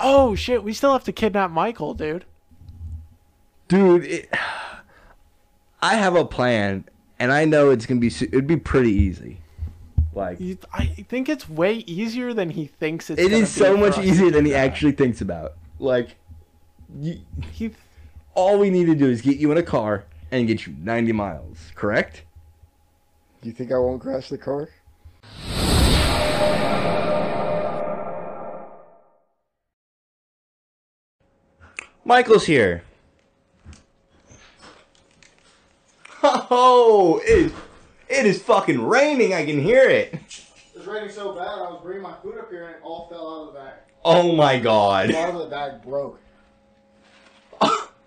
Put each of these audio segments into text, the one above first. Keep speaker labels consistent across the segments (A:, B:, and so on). A: Oh shit, we still have to kidnap Michael, dude.
B: dude. It, I have a plan, and I know it's gonna be. su- It'd be pretty easy. Like
A: You- I think it's way easier than he thinks it's.
B: it
A: gonna
B: is
A: be
B: so
A: for
B: much
A: us.
B: easier than he actually thinks about. Like, you,
A: He,
B: all we need to do is get you in a car and get you 90 miles. Correct?
C: You think I won't crash the car?
D: Michael's here. Oh, it is, it is fucking raining. I can hear it.
C: It was raining so bad, I was bringing my food up here and it all fell out of the bag.
D: Oh my god.
C: Part of the bag broke.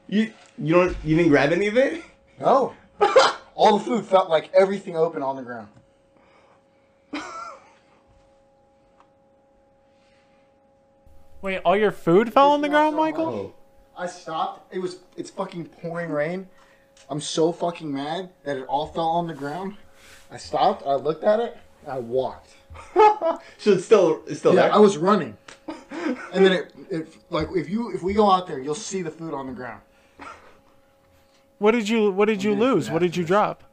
D: You you don't you didn't grab any of it?
C: No. all the food felt like everything open on the ground.
A: wait, all your food fell on the
C: It's
A: ground,
C: not so
A: Michael.
C: much. I stopped. It was it's fucking pouring rain. I'm so fucking mad that it all fell on the ground. I stopped. I looked at it. And I walked.
D: So it's still it's still
C: Yeah,
D: there.
C: I was running. And then it, it like if you if we go out there, you'll see the food on the ground.
A: What did you What did you
C: gonna
A: lose? What did you drop?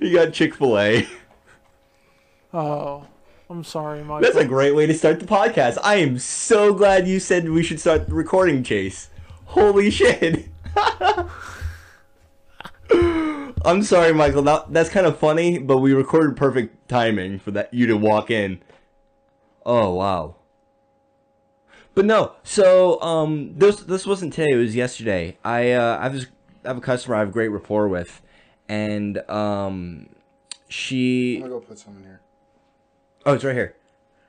D: you got Chick Fil A.
A: Oh, I'm sorry, Michael.
D: That's a great way to start the podcast. I am so glad you said we should start recording, Chase. Holy shit. I'm sorry, Michael. That, that's kind of funny, but we recorded perfect timing for that you to walk in. Oh wow. But no, so um, this this wasn't today. It was yesterday. I uh, I was I have a customer I have great rapport with, and um, she
C: I'm gonna go put some in here.
D: oh it's right here.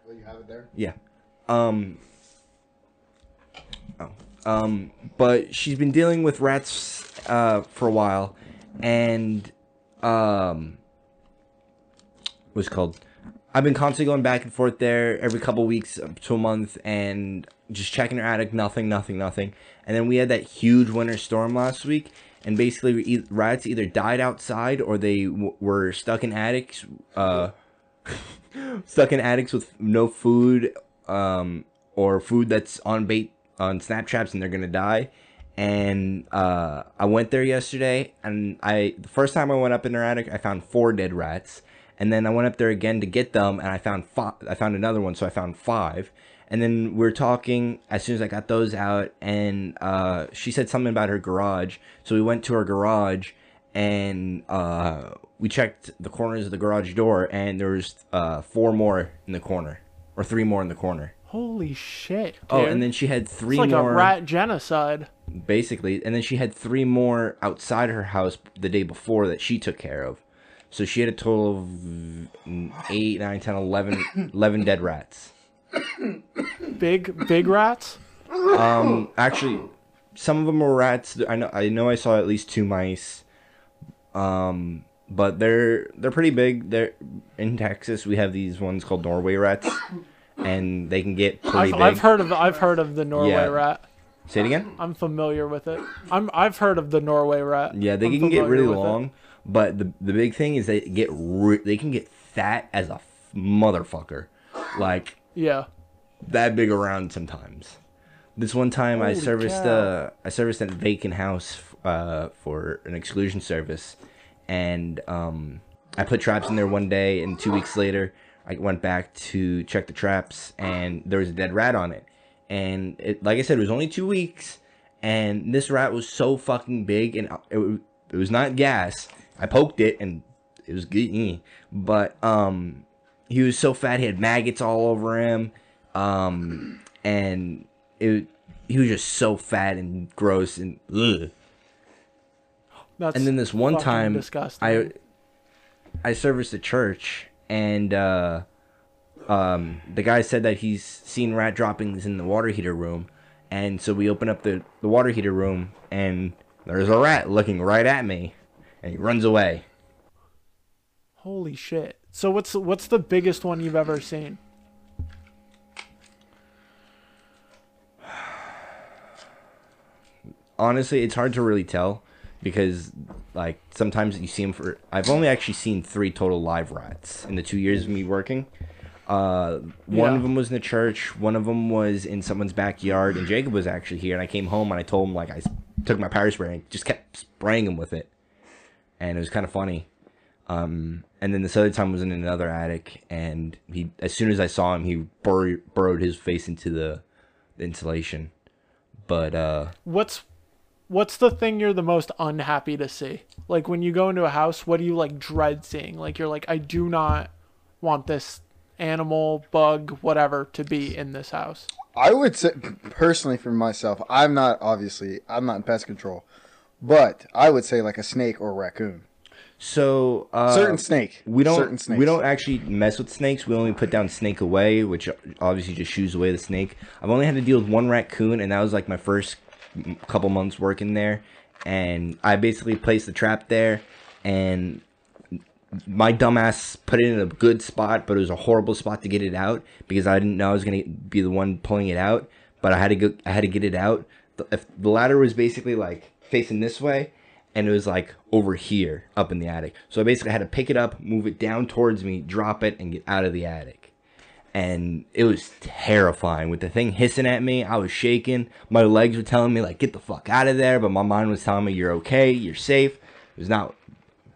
C: Will you have it there?
D: Yeah. Um. Oh. Um. But she's been dealing with rats uh, for a while, and um. What's it called? I've been constantly going back and forth there every couple weeks up to a month, and just checking her attic. Nothing. Nothing. Nothing. And then we had that huge winter storm last week. And basically, we eith- rats either died outside or they w- were stuck in attics. Uh, stuck in attics with no food um, or food that's on bait on snap traps and they're gonna die and uh, i went there yesterday and i the first time i went up in their attic i found four dead rats and then i went up there again to get them and i found five i found another one so i found five and then we are talking as soon as i got those out and uh, she said something about her garage so we went to her garage and uh, we checked the corners of the garage door, and there was uh, four more in the corner, or three more in the corner.
A: Holy shit. Dude.
D: Oh, and then she had three
A: it's like
D: more,
A: a rat genocide.
D: basically, and then she had three more outside her house the day before that she took care of. So she had a total of eight, nine, ten, eleven, eleven dead rats.
A: Big big rats.
D: Um, actually, some of them were rats. I know. I know. I saw at least two mice. Um, but they're they're pretty big. They're in Texas. We have these ones called Norway rats, and they can get pretty
A: I've,
D: big.
A: I've heard of I've heard of the Norway
D: Yeah.
A: rat.
D: Say it again.
A: I'm familiar with it. I'm I've heard of the Norway rat.
D: Yeah, they
A: I'm
D: can get
A: familiar
D: really
A: with it.
D: long. But the the big thing is they get re- they can get fat as a f- motherfucker, like
A: Yeah.
D: that big around sometimes. This one time I
A: Holy
D: serviced
A: cow.
D: uh I serviced at a vacant house uh for an exclusion service and um I put traps in there one day and 2 weeks later I went back to check the traps and there was a dead rat on it. And it like I said it was only 2 weeks and this rat was so fucking big and uh, it, w- it was not gas. I poked it and it was good, but um he was so fat he had maggots all over him um and it he was just so fat and gross and ugh.
A: That's
D: and then this one
A: fucking
D: time
A: disgusting.
D: i i serviced the church and uh um the guy said that he's seen rat droppings in the water heater room and so we open up the the water heater room and there's a rat looking right at me and he runs away
A: Holy shit. So what's what's the biggest one you've ever seen?
D: honestly, it's hard to really tell because like sometimes you see them for. I've only actually seen three total live rats in the two years of me working. Uh, one
A: Yeah.
D: of them was in the church. One of them was in someone's backyard, and Jacob was actually here. And I came home and I told him like I s- took my power spray and just kept spraying him with it, and it was kind of funny. Um, and then this other time was in another attic, and he as soon as I saw him, he bur- burrowed his face into the, the insulation. But uh,
A: What's what's the thing you're the most unhappy to see? Like when you go into a house, what do you like dread seeing? Like you're like, I do not want this animal, bug, whatever to be in this house.
C: I would say personally for myself, I'm not obviously I'm not in pest control, but I would say like a snake or raccoon.
D: so uh,
C: Certain snake.
D: We don't.
C: Certain snakes.
D: We don't actually mess with snakes. We only put down snake away, which obviously just shoos away the snake. I've only had to deal with one raccoon, and that was like my first m- couple months working there. And I basically placed the trap there, and my dumbass put it in a good spot, but it was a horrible spot to get it out because I didn't know I was gonna be the one pulling it out. But I had to go. I had to get it out. The, if the ladder was basically like facing this way, and it was like over here, up in the attic. So I basically had to pick it up, move it down towards me, drop it, and get out of the attic. And it was terrifying with the thing hissing at me. I was shaking. My legs were telling me like, "Get the fuck out of there," but my mind was telling me, "You're okay. You're safe." It was not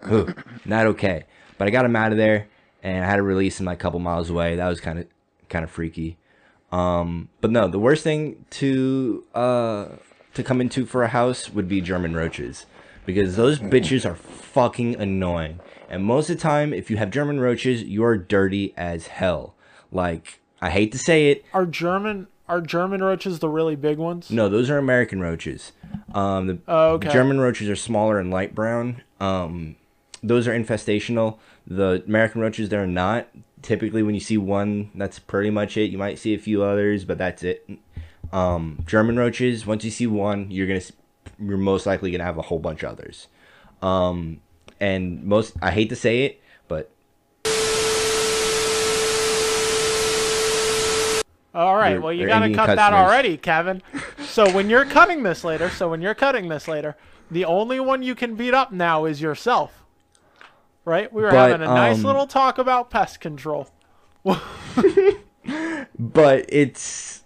D: Ugh, not okay. But I got him out of there, and I had to release him like a couple miles away. That was kind of kind of freaky. Um, but no, the worst thing to uh to come into for a house would be German roaches, because those bitches are fucking annoying. And most of the time, if you have German roaches, you're dirty as hell. Like I hate to say it,
A: Are German are German roaches the really big ones?
D: no, those are American roaches. Um, the
A: Oh, okay.
D: German roaches are smaller and light brown. Um, those are infestational. The American roaches, they're not. Typically, when you see one, that's pretty much it. You might see a few others, but that's it. Um, German roaches, once you see one, you're gonna, s- you're most likely gonna have a whole bunch of others. Um, and most, I hate to say it, but
A: Oh, All right.
D: They're-
A: Well, you
D: they're
A: got to
D: Indian
A: cut that
D: customers.
A: already, Kevin. So when you're cutting this later, so when you're cutting this later, the only one you can beat up now is yourself. Right? We were
D: But,
A: having a nice
D: um,
A: little talk about pest control.
D: but it's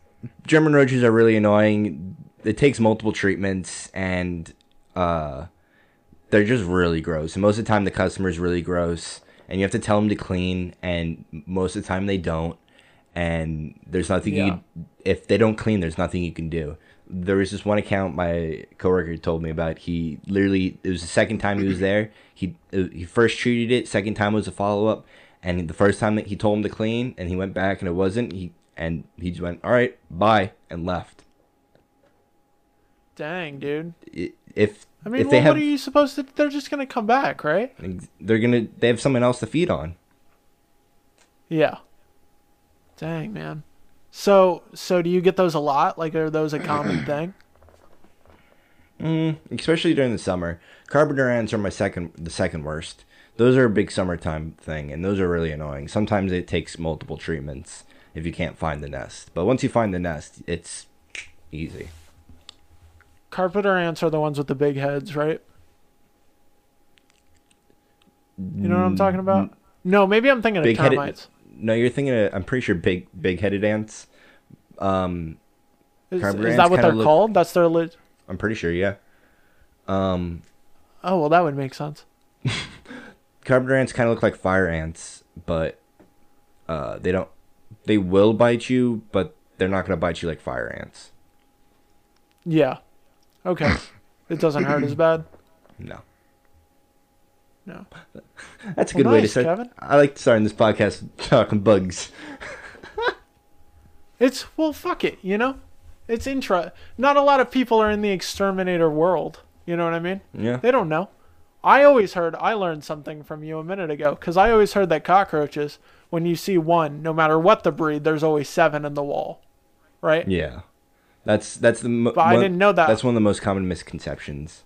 D: German roaches are really annoying. It takes multiple treatments, and uh, they're just really gross. And most of the time, the customer's really gross, and you have to tell them to clean. And most of the time, they don't. And there's nothing
A: Yeah.
D: you if they don't clean, there's nothing you can do. There was this one account my coworker told me about. He literally it was the second time he was there. He he first treated it. Second time was a follow up, and the first time that he told him to clean, and he went back and it wasn't. He and he just went all right, bye, and left.
A: Dang, dude.
D: I- If
A: I mean,
D: if
A: well,
D: they have,
A: what are you supposed to? They're just gonna come back, right?
D: they're gonna they have someone else to feed on.
A: Yeah. Dang, man. So, so do you get those a lot? Like, are those a common thing?
D: especially during the summer. Carpenter ants are my second, the second worst. Those are a big summertime thing, and those are really annoying. Sometimes it takes multiple treatments if you can't find the nest, but once you find the nest, it's easy.
A: Carpenter ants are the ones with the big heads, right? You know what I'm talking about?
D: Mm-hmm.
A: No, maybe I'm thinking
D: Big
A: of
D: headed.
A: termites.
D: No, you're thinking. Of, I'm pretty sure big, big-headed ants.
A: Is,
D: Carpenter
A: is
D: ants
A: that what
D: kinda
A: they're
D: look-
A: called? That's their lit.
D: I'm pretty sure. Yeah.
A: Oh well, that would make sense.
D: carpenter ants kind of look like fire ants, but uh, they don't. They will bite you, but they're not gonna bite you like fire ants.
A: Yeah. Okay. it doesn't hurt as bad.
D: No.
A: No.
D: That's a
A: Well,
D: good way to
A: nice,
D: start.
A: Kevin.
D: I like starting this podcast talking bugs.
A: It's well, fuck it. You know, it's intra. Not a lot of people are in the exterminator world. You know what I mean?
D: Yeah.
A: They don't know. I always heard. I learned something from you a minute ago because I always heard that cockroaches, when you see one, no matter what the breed, there's always seven in the wall, right?
D: Yeah. That's that's the. Mo-
A: But I didn't know that.
D: That's one of the most common misconceptions.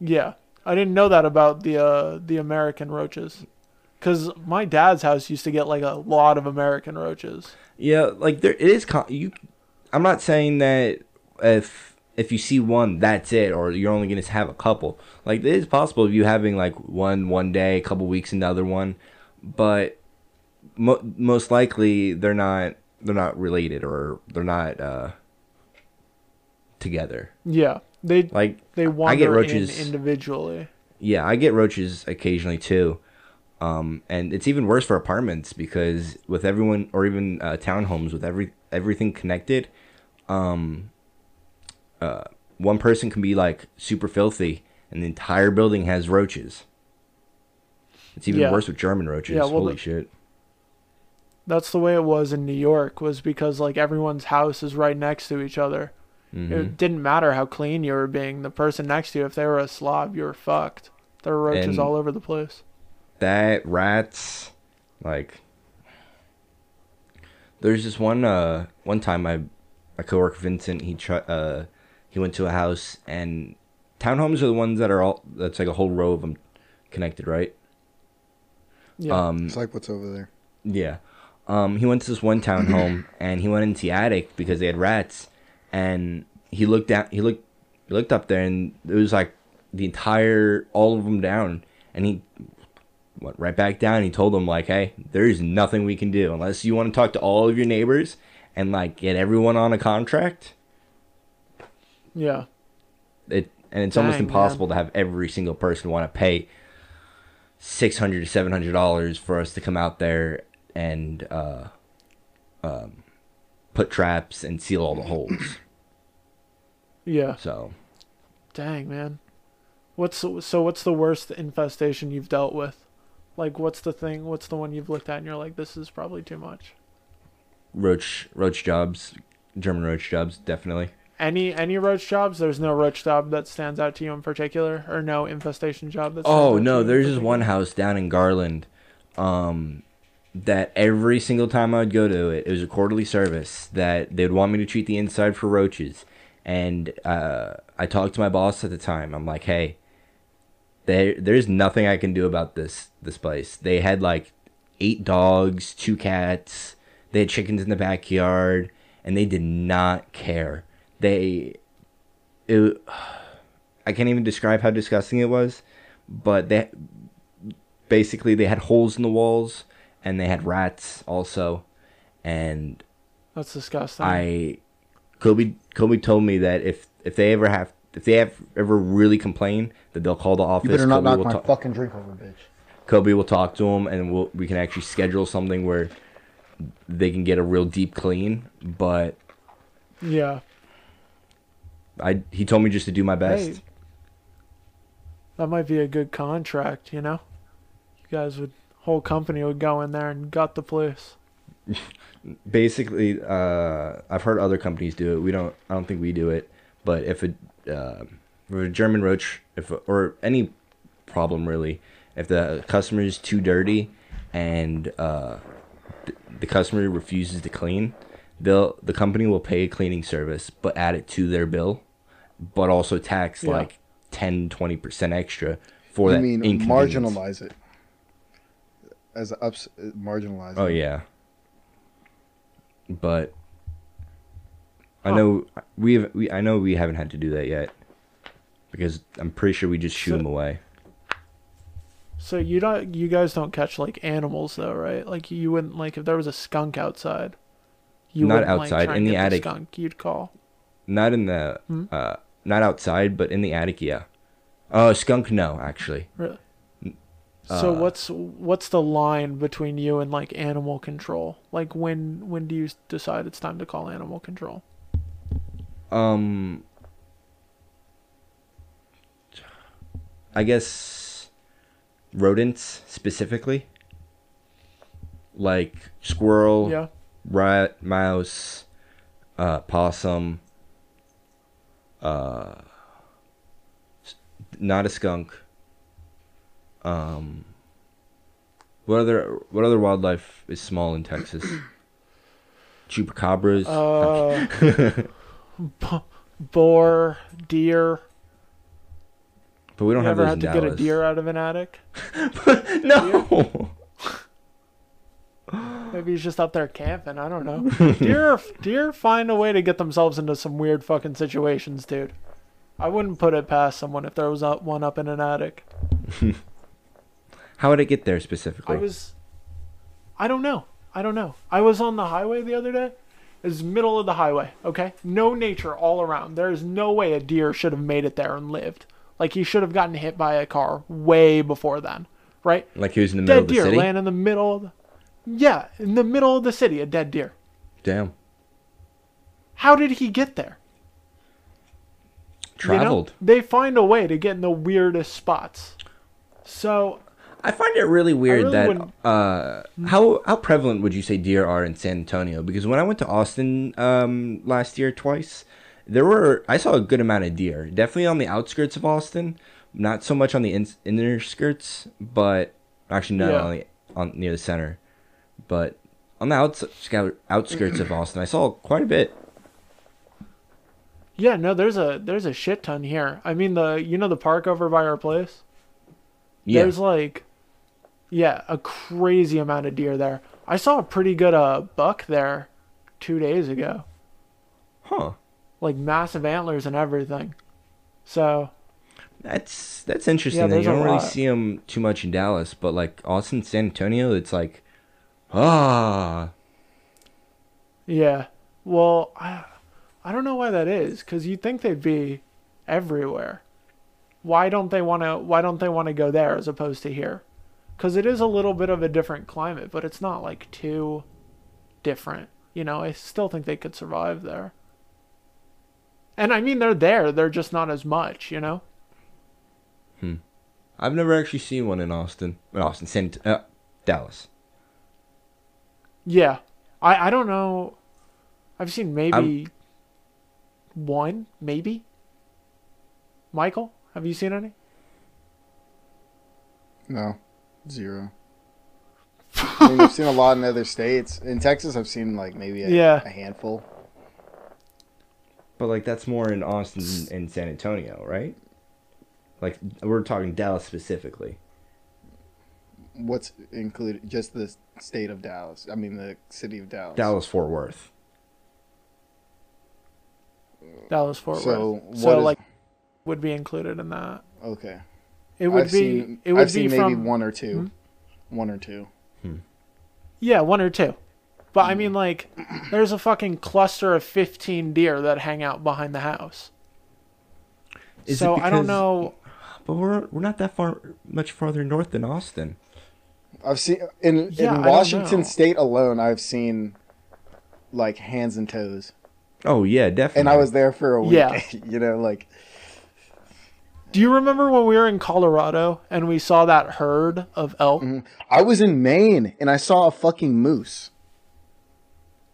A: Yeah, I didn't know that about the uh, the American roaches, because my dad's house used to get like a lot of American roaches.
D: Yeah, like there it is. Co- you, I'm not saying that if if you see one, that's it, or you're only gonna have a couple. Like it is possible of you having like one one day, a couple weeks, another one, but mo- most likely they're not they're not related or they're not uh, together.
A: Yeah. They
D: Like
A: they wander
D: roaches.
A: in individually.
D: yeah, I get roaches occasionally too. Um, and it's even worse for apartments because with everyone or even uh, townhomes with every everything connected, um, uh, one person can be like super filthy and the entire building has roaches. It's even
A: Yeah.
D: worse with German roaches.
A: Yeah, well,
D: Holy
A: the-
D: shit.
A: That's the way it was in New York was because like everyone's house is right next to each other.
D: Mm-hmm.
A: It didn't matter how clean you were being. The person next to you, if they were a slob, you were fucked. There were roaches
D: And-
A: all over the place.
D: that rats like there's this one uh one time my my coworker Vincent he tr- uh he went to a house and townhomes are the ones that are all that's like a whole row of them connected right
A: Yeah.
D: um,
C: It's like what's over there.
D: yeah um he went to this one townhome and he went into the attic because they had rats and he looked down he looked he looked up there and it was like the entire all of them down and he went right back down. and He told them like, "Hey, there's nothing we can do unless you want to talk to all of your neighbors and like get everyone on a contract."
A: yeah.
D: It and it's almost
A: Dang,
D: impossible to have every single person want to pay six hundred to seven hundred dollars for us to come out there and uh, um, put traps and seal all the holes.
A: Yeah.
D: So
A: Dang, man. What's so what's the worst infestation you've dealt with? Like what's the thing what's the one you've looked at and you're like this is probably too much?
D: roach roach jobs, German roach jobs, definitely.
A: Any any roach jobs? There's no roach job that stands out to you in particular or no infestation job that stands out
D: Oh
A: to you
D: no,
A: in
D: there's this
A: particular?
D: one house down in Garland, um, that every single time I would go to it, it was a quarterly service that they'd want me to treat the inside for roaches, and uh, I talked to my boss at the time. I'm like, hey, there, there's nothing I can do about this this place. They had like eight dogs, two cats, they had chickens in the backyard, and they did not care. They, it, I can't even describe how disgusting it was, but they basically they had holes in the walls and they had rats also, and
A: That's disgusting.
D: I Kobe Kobe told me that if if they ever have if they have ever really complain that they'll call the office.
C: You better not
D: Kobe
C: knock
D: will
C: my
D: talk-
C: fucking drink over, bitch.
D: Kobe will talk to him, and we'll, we can actually schedule something where they can get a real deep clean. But
A: yeah.
D: I he told me just to do my best.
A: Hey. That might be a good contract, you know? You guys would whole company would go in there and gut the place.
D: Basically, uh, I've heard other companies do it. We don't. I don't think we do it. But if a, uh, if a German roach, if or any problem really, if the customer is too dirty and uh, th- the customer refuses to clean, they'll the company will pay a cleaning service, but add it to their bill, but also tax
A: Yeah.
D: like 10 20 percent extra for
E: I
D: that
E: mean,
D: inconvenience.
E: marginalize it as a ups uh, marginalize.
D: Oh
E: it.
D: yeah. But I know we've we I know we haven't had to do that yet because I'm pretty sure we just shoo
A: So-
D: them away.
A: So you don't you guys don't catch like animals though, right? Like you wouldn't like if there was a skunk outside. You
D: Not
A: wouldn't,
D: outside,
A: try
D: in
A: and
D: the
A: get
D: attic.
A: skunk, you'd call.
D: Not in the
A: Hmm?
D: uh not outside, but in the attic, yeah. Uh skunk no, actually.
A: Really?
D: uh,
A: So what's what's the line between you and like animal control? Like when when do you s- decide it's time to call animal control?
D: Um I guess rodents specifically. Like squirrel,
A: Yeah.
D: rat, mouse, uh, possum, uh, s- not a skunk. Um, what other what other wildlife is small in Texas? Chupacabras.
A: Uh, b- boar, deer.
D: but we don't
A: You
D: have
A: ever had
D: those
A: to
D: in
A: get a
D: Dallas.
A: deer out of an attic?
D: No.
A: Maybe he's just out there camping. I don't know. deer, deer find a way to get themselves into some weird fucking situations, dude. I wouldn't put it past someone if there was uh, one up in an attic.
D: How would it get there specifically?
A: I was I don't know. I don't know. I was on the highway the other day. It's middle of the highway, okay? No nature all around. There is no way a deer should have made it there and lived. Like he should have gotten hit by a car way before then, right?
D: Like he was in the middle
A: Dead
D: of the
A: deer
D: city.
A: land in the middle of the, Yeah, in the middle of the city, a dead deer.
D: Damn.
A: How did he get there? You know?
D: Traveled.
A: they find a way to get in the weirdest spots. So
D: I find it really weird
A: really
D: that
A: wouldn't-
D: uh, how how prevalent would you say deer are in San Antonio? Because when I went to Austin um, last year twice, there were I saw a good amount of deer. Definitely on the outskirts of Austin, not so much on the in, inner skirts, but actually not
A: Yeah.
D: on, the, on near the center, but on the outs- scout- outskirts of Austin, I saw quite a bit.
A: Yeah, no, there's a there's a shit ton here. I mean the you know the park over by our place?
D: Yeah,
A: There's like yeah, a crazy amount of deer there. I saw a pretty good uh buck there 2 days ago.
D: huh?
A: Like massive antlers and everything. So,
D: That's that's interesting.
A: Yeah,
D: that you
A: there's a
D: don't really
A: lot.
D: see them too much in Dallas, but like Austin, San Antonio, it's like ah.
A: yeah. Well, I I don't know why that is cuz you'd think they'd be everywhere. Why don't they want to why don't they want to go there as opposed to here? Cuz it is a little bit of a different climate, but it's not like too different. You know, I still think they could survive there. And I mean they're there, they're just not as much, you know.
D: I've never actually seen one in Austin. Well, Austin, San, uh, Dallas.
A: Yeah. I I don't know. I've seen maybe
D: I'm-
A: one, maybe. Michael, have you seen any?
E: No, zero. I mean, I've seen a lot in other states. In Texas, I've seen like maybe a,
A: Yeah.
E: a handful.
D: But like that's more in Austin and San Antonio, right? Like we're talking Dallas specifically.
E: What's included? Just the state of Dallas. I mean, the city of Dallas.
D: Dallas Fort Worth.
A: Dallas Fort
E: So,
A: Worth.
E: what
A: So
E: is-
A: like would be included in that.
E: Okay.
A: It would
E: I've
A: be
E: seen,
A: it would
E: I've
A: be
E: seen maybe
A: from Hmm?
E: one or two. One or two.
A: yeah, one or two. But I
E: Hmm.
A: mean like there's a fucking cluster of 15 deer that hang out behind the house.
D: Is it
A: so I
D: because-
A: don't know
D: But we're we're not that far, much farther north than Austin.
E: I've seen in
A: Yeah, I
E: in
A: don't know.
E: Washington State alone. I've seen like hands and toes,
D: Oh yeah, definitely.
E: and I was there for a week.
A: Yeah.
E: you know, like
A: Do you remember when we were in Colorado and we saw that herd of elk?
E: Mm-hmm. I was in Maine, and I saw a fucking moose.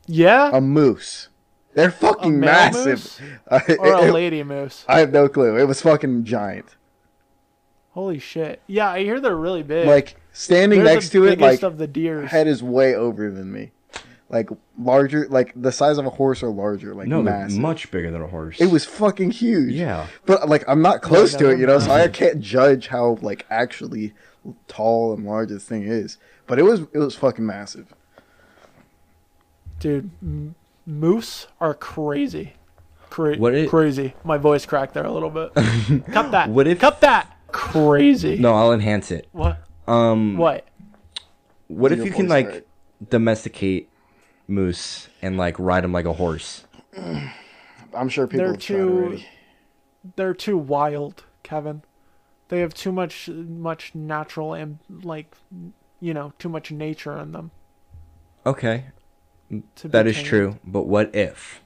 A: Yeah?
E: A moose. They're fucking
A: male
E: massive.
A: or a
E: It-
A: lady moose?
E: I have no clue. It was fucking giant.
A: Holy shit. Yeah, I hear they're really big.
E: Like standing
A: they're
E: next
A: the
E: to it,
A: biggest
E: like
A: of the deers.
E: head is way over than me. Like larger, like the size of a horse or larger. Like
D: no, they're
E: massive.
D: much bigger than a horse.
E: It was fucking huge.
D: Yeah.
E: But like I'm not close
A: no,
E: to it, you know, so I
A: massive.
E: can't judge how like actually tall and large this thing is. But it was it was fucking massive.
A: Dude, m- moose are crazy. Cra-
D: What i-
A: crazy. My voice cracked there a little bit. Cut that.
D: What if-
A: Cut that. Crazy.
D: No, I'll enhance it.
A: What? Um. What?
D: What if
E: Your
D: you can
E: voice
D: like
E: hurt.
D: domesticate moose and like ride them like a horse?
E: I'm sure people
A: They're
E: have tried
A: too.
E: already.
A: They're too wild, Kevin. They have too much, much natural and like, you know, too much nature in them.
D: Okay,
A: To be
D: That is
A: tamed.
D: true, but what if?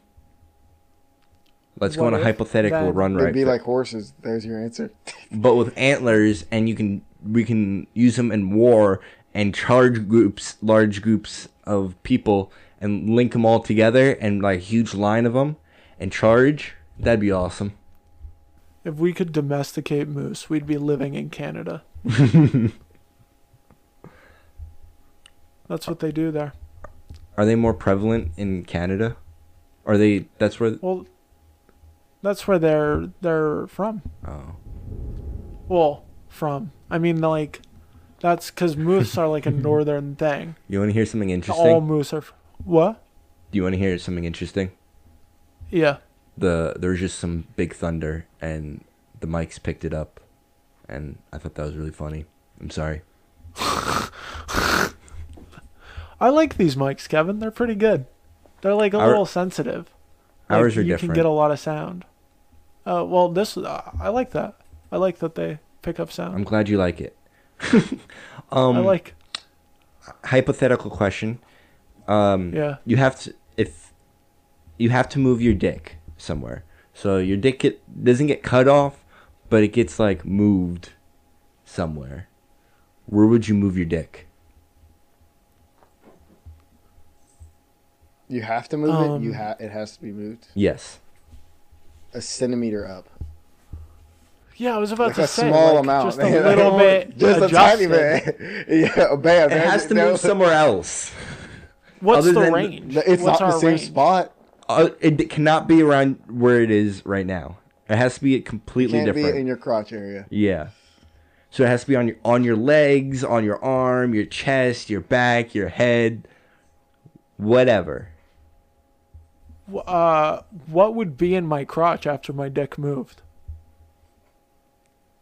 D: Let's
A: What
D: go on a
A: if
D: hypothetical
A: then-
D: run
E: It'd
D: right,
E: be like horses. There's your answer.
D: but with antlers, and you can we can use them in war and charge groups, large groups of people, and link them all together and like huge line of them, and charge. That'd be awesome.
A: If we could domesticate moose, we'd be living in Canada. That's what they do there.
D: Are they more prevalent in Canada? Are they? That's where.
A: Well, that's where they're they're from.
D: Oh,
A: Well, from. I mean, like, that's because moose are like a northern thing.
D: you want to hear something
A: All
D: interesting?
A: moose are. f- What?
D: Do you want to hear something interesting?
A: Yeah.
D: the there was just some big thunder and the mics picked it up and I thought that was really funny. I'm sorry.
A: I like these mics, Kevin. They're pretty good. They're like a
D: Our-
A: little sensitive. Like,
D: Ours are
A: you
D: different.
A: can get a lot of sound. Uh, well, this uh, I like that. I like that they pick up
D: I'm
A: sound.
D: glad you like it.
A: i
D: Um,
A: like.
D: Hypothetical question. Um,
A: Yeah.
D: You have to if you have to move your dick somewhere. So your dick get, doesn't get cut off, but it gets like moved somewhere. Where would you move your dick?
E: You have to move it. You
A: Um,
E: ha- it has to be moved
D: Yes.
E: a centimeter up.
A: Yeah, I was about
E: Like
A: to
E: a
A: say
E: small
A: like,
E: amount,
A: just a little bit.
E: just a tiny
A: adjusted.
E: bit. yeah, bam.
D: It has to move somewhere else.
A: What's
D: Other
A: the
D: than-
A: range?
E: It's
A: What's
E: not the
A: our
E: same
A: range?
E: spot.
D: Uh, it, d- cannot be around where it is right now. It has to be completely
E: Can't
D: different.
E: be in your crotch area.
D: Yeah. So it has to be on your on your legs, on your arm, your chest, your back, your head, whatever.
A: Uh, what would be in my crotch after my dick moved?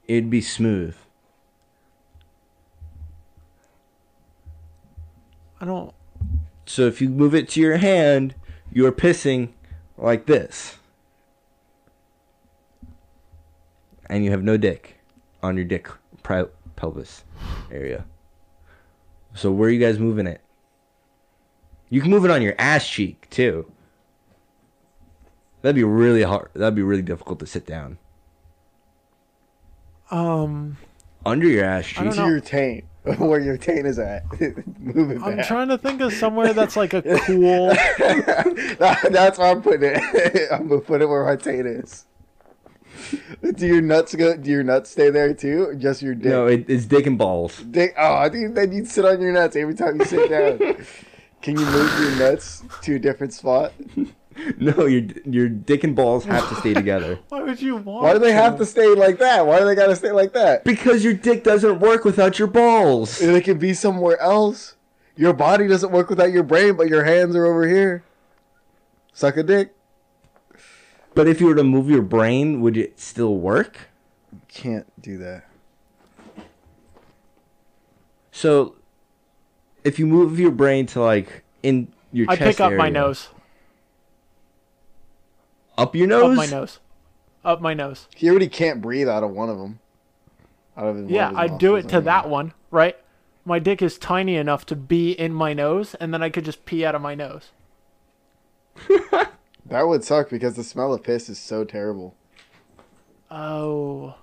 D: It'd be smooth.
A: I don't.
D: So if you move it to your hand, you're pissing like this. And you have no dick on your dick pri- pelvis area. So where are you guys moving it? You can move it on your ass cheek too. That'd be really hard. That'd be really difficult to sit down.
A: Um,
D: Under your ass cheek.
A: I don't
E: To
A: know.
E: your taint, where your taint is at. move it
A: I'm
E: back.
A: trying to think of somewhere that's like a cool.
E: That's where I'm putting it. I'm gonna put it where my taint is. Do your nuts go? Do your nuts stay there too, or just your dick?
D: No, it, it's dick and balls.
E: Dick. Oh, I think then you'd sit on your nuts every time you sit down. Can you move your nuts to a different spot?
D: No, your your dick and balls have to stay together.
A: Why would you want?
E: Why do they have to stay like that? Why do they gotta stay like that?
D: Because your dick doesn't work without your balls.
E: It can be somewhere else. Your body doesn't work without your brain, but your hands are over here. Suck a dick.
D: But if you were to move your brain, would it still work?
E: Can't do that.
D: So, if you move your brain to like in your
A: I
D: chest
A: pick up my
D: area-
A: nose.
D: Up your
A: Up
D: nose.
A: my nose. Up my nose.
E: He already can't breathe out of one of them. Out of his one
A: Yeah,
E: of his
A: I'd do
E: nostrils,
A: it
E: I
A: to
E: mean.
A: that one, right? My dick is tiny enough to be in my nose, and then I could just pee out of my nose.
E: That would suck because the smell of piss is so terrible.
A: Oh.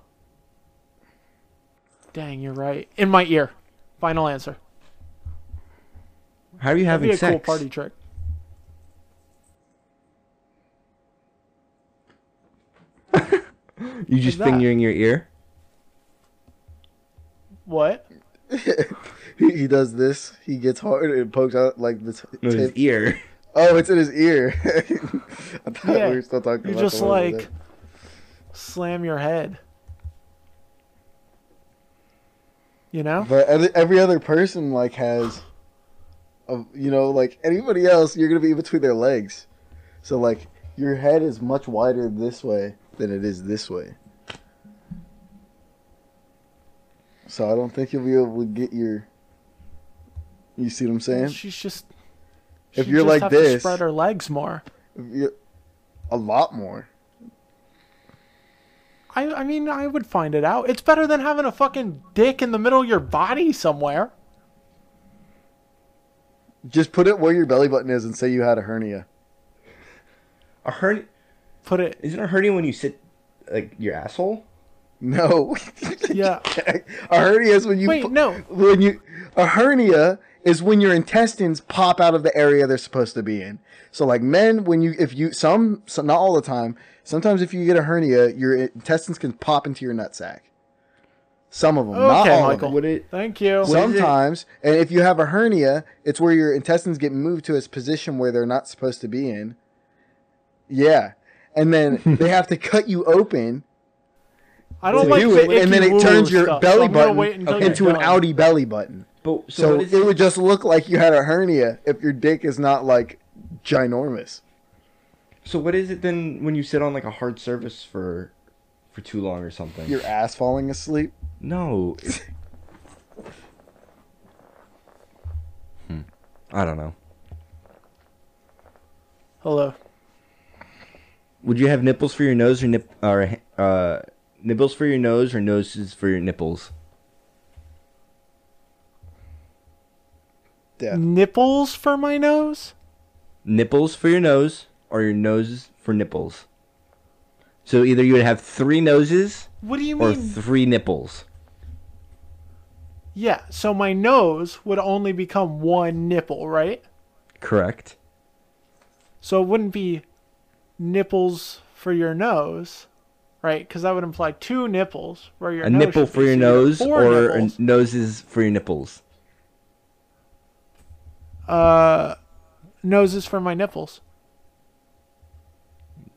A: Dang, you're right. In my ear. Final answer.
D: How are you
A: That'd be
D: having
A: a
D: sex?
A: cool party trick.
D: You just
A: that.
D: fingering your ear.
A: What?
E: He, he does this. He gets hard and pokes out like this.
D: No, his e- ear.
E: Oh, it's in his ear. I thought
A: Yeah.
E: we were still talking
A: You
E: about
A: just
E: the one over
A: like
E: there.
A: slam your head. You know?
E: But every- every other person like has, a, you know, like anybody else, you're gonna be between their legs. So like your head is much wider this way than it is this way. So I don't think you'll be able to get your. You see what I'm saying?
A: She's just.
E: If
A: she'd
E: you're
A: just
E: like
A: have to
E: this-
A: spread her legs more.
E: You- A lot more.
A: I, I mean, I would find it out. It's better than having a fucking dick in the middle of your body somewhere.
E: Just put it where your belly button is and say you had a hernia.
D: A hernia
A: Put it.
D: isn't a hernia when you sit like your asshole.
E: No.
A: Yeah.
E: a hernia is when you
A: Wait,
E: pu-
A: no.
E: when you a hernia is when your intestines pop out of the area they're supposed to be in. So like men, when you if you some, some not all the time, sometimes if you get a hernia, your intestines can pop into your nutsack. Some of them, not
A: Okay,
E: all
A: Michael.
E: of
D: Would it?
A: Thank you.
E: them. Sometimes, and if you have a hernia, it's where your intestines get moved to a position where they're not supposed to be in. Yeah, and then they have to cut you open
A: I don't
E: to
A: like
E: do
A: the
E: it, and then
A: icky
E: it turns
A: woo-woo
E: your
A: stuff, so
E: belly
A: I'm gonna
E: button
A: wait until you're
E: into an
A: done.
E: outy belly button.
D: But so,
E: So
D: what is
E: it would just look like you had a hernia if your dick is not like ginormous.
D: so what is it then when you sit on like a hard surface for for too long or something?
E: Your ass falling asleep.
D: No. Hmm. I don't know.
A: Hello.
D: Would you have nipples for your nose or nip or uh nipples for your nose or noses for your nipples?
E: Yeah.
A: Nipples for my nose?
D: Nipples for your nose or your noses for nipples? So either you would have three noses
A: What do you
D: or
A: mean?
D: three nipples.
A: yeah, so my nose would only become one nipple, right?
D: Correct.
A: So it wouldn't be nipples for your nose, right? Because that would imply two nipples where your
D: A
A: nose
D: nipple
A: should
D: for
A: be. So
D: your
A: you have
D: nose
A: four
D: or a
A: nipples.
D: noses for your nipples.
A: uh, noses for my nipples.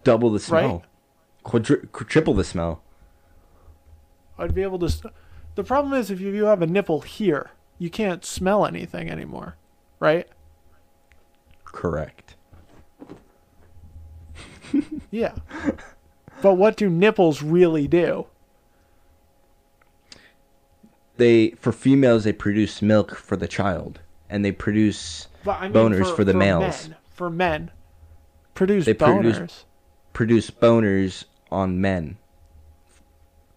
D: Double the smell.
A: Right.
D: Quadri- qu- triple the smell.
A: I'd be able to. s the problem is if you you have a nipple here, you can't smell anything anymore, right?
D: Correct.
A: Yeah. but what do nipples really do?
D: They for females they produce milk for the child and they produce
A: But I mean
D: Boners for the males.
A: Men, for men, produce
D: They
A: boners.
D: produce- produce boners on men.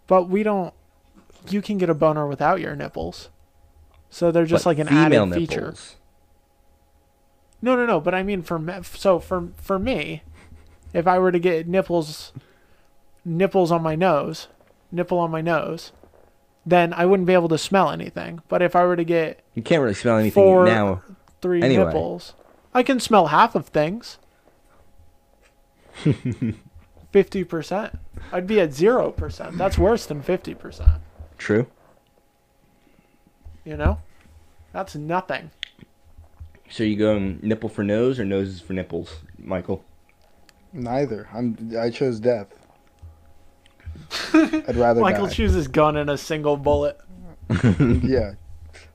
A: But we don't. You can get a boner without your nipples, so they're just
D: but
A: like an
D: female
A: added feature.
D: nipples.
A: No, no, no. But I mean, for me, so for for me, if I were to get nipples, nipples on my nose, nipple on my nose, then I wouldn't be able to smell anything. But if I were to get
D: You can't really smell anything
A: four,
D: now.
A: three
D: Anyway.
A: nipples, I can smell half of things. Fifty percent. I'd be at zero percent. That's worse than fifty percent.
D: True.
A: You know, that's nothing.
D: So you go nipple for nose or noses for nipples, Michael?
E: Neither. I'm. I chose death. I'd rather
A: Michael
E: die.
A: chooses gun and a single bullet.
E: yeah.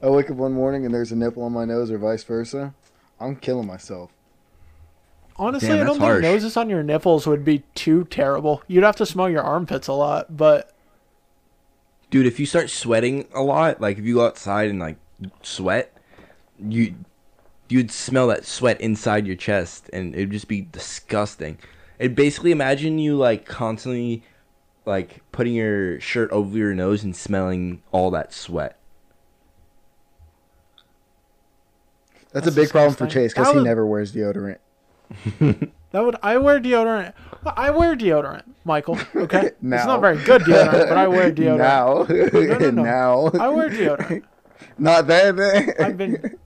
E: I wake up one morning and there's a nipple on my nose, or vice versa. I'm killing myself.
A: Honestly,
D: Damn,
A: I
D: that's
A: don't
D: harsh.
A: think noses on your nipples would be too terrible. You'd have to smell your armpits a lot, but
D: Dude, if you start sweating a lot, like if you go outside and like sweat, you you'd smell that sweat inside your chest and it'd just be disgusting. It basically imagine you like constantly like putting your shirt over your nose and smelling all that sweat.
E: That's,
A: That's
E: a big problem for
A: disgusting.
E: Chase because
A: That
E: he
A: would-
E: never wears deodorant.
A: that would I wear deodorant. I wear deodorant, Michael. Okay, it's
E: Now.
A: not very good deodorant, but I wear deodorant.
E: Now,
A: no, no.
E: now,
A: I wear deodorant.
E: not then.
A: I've been.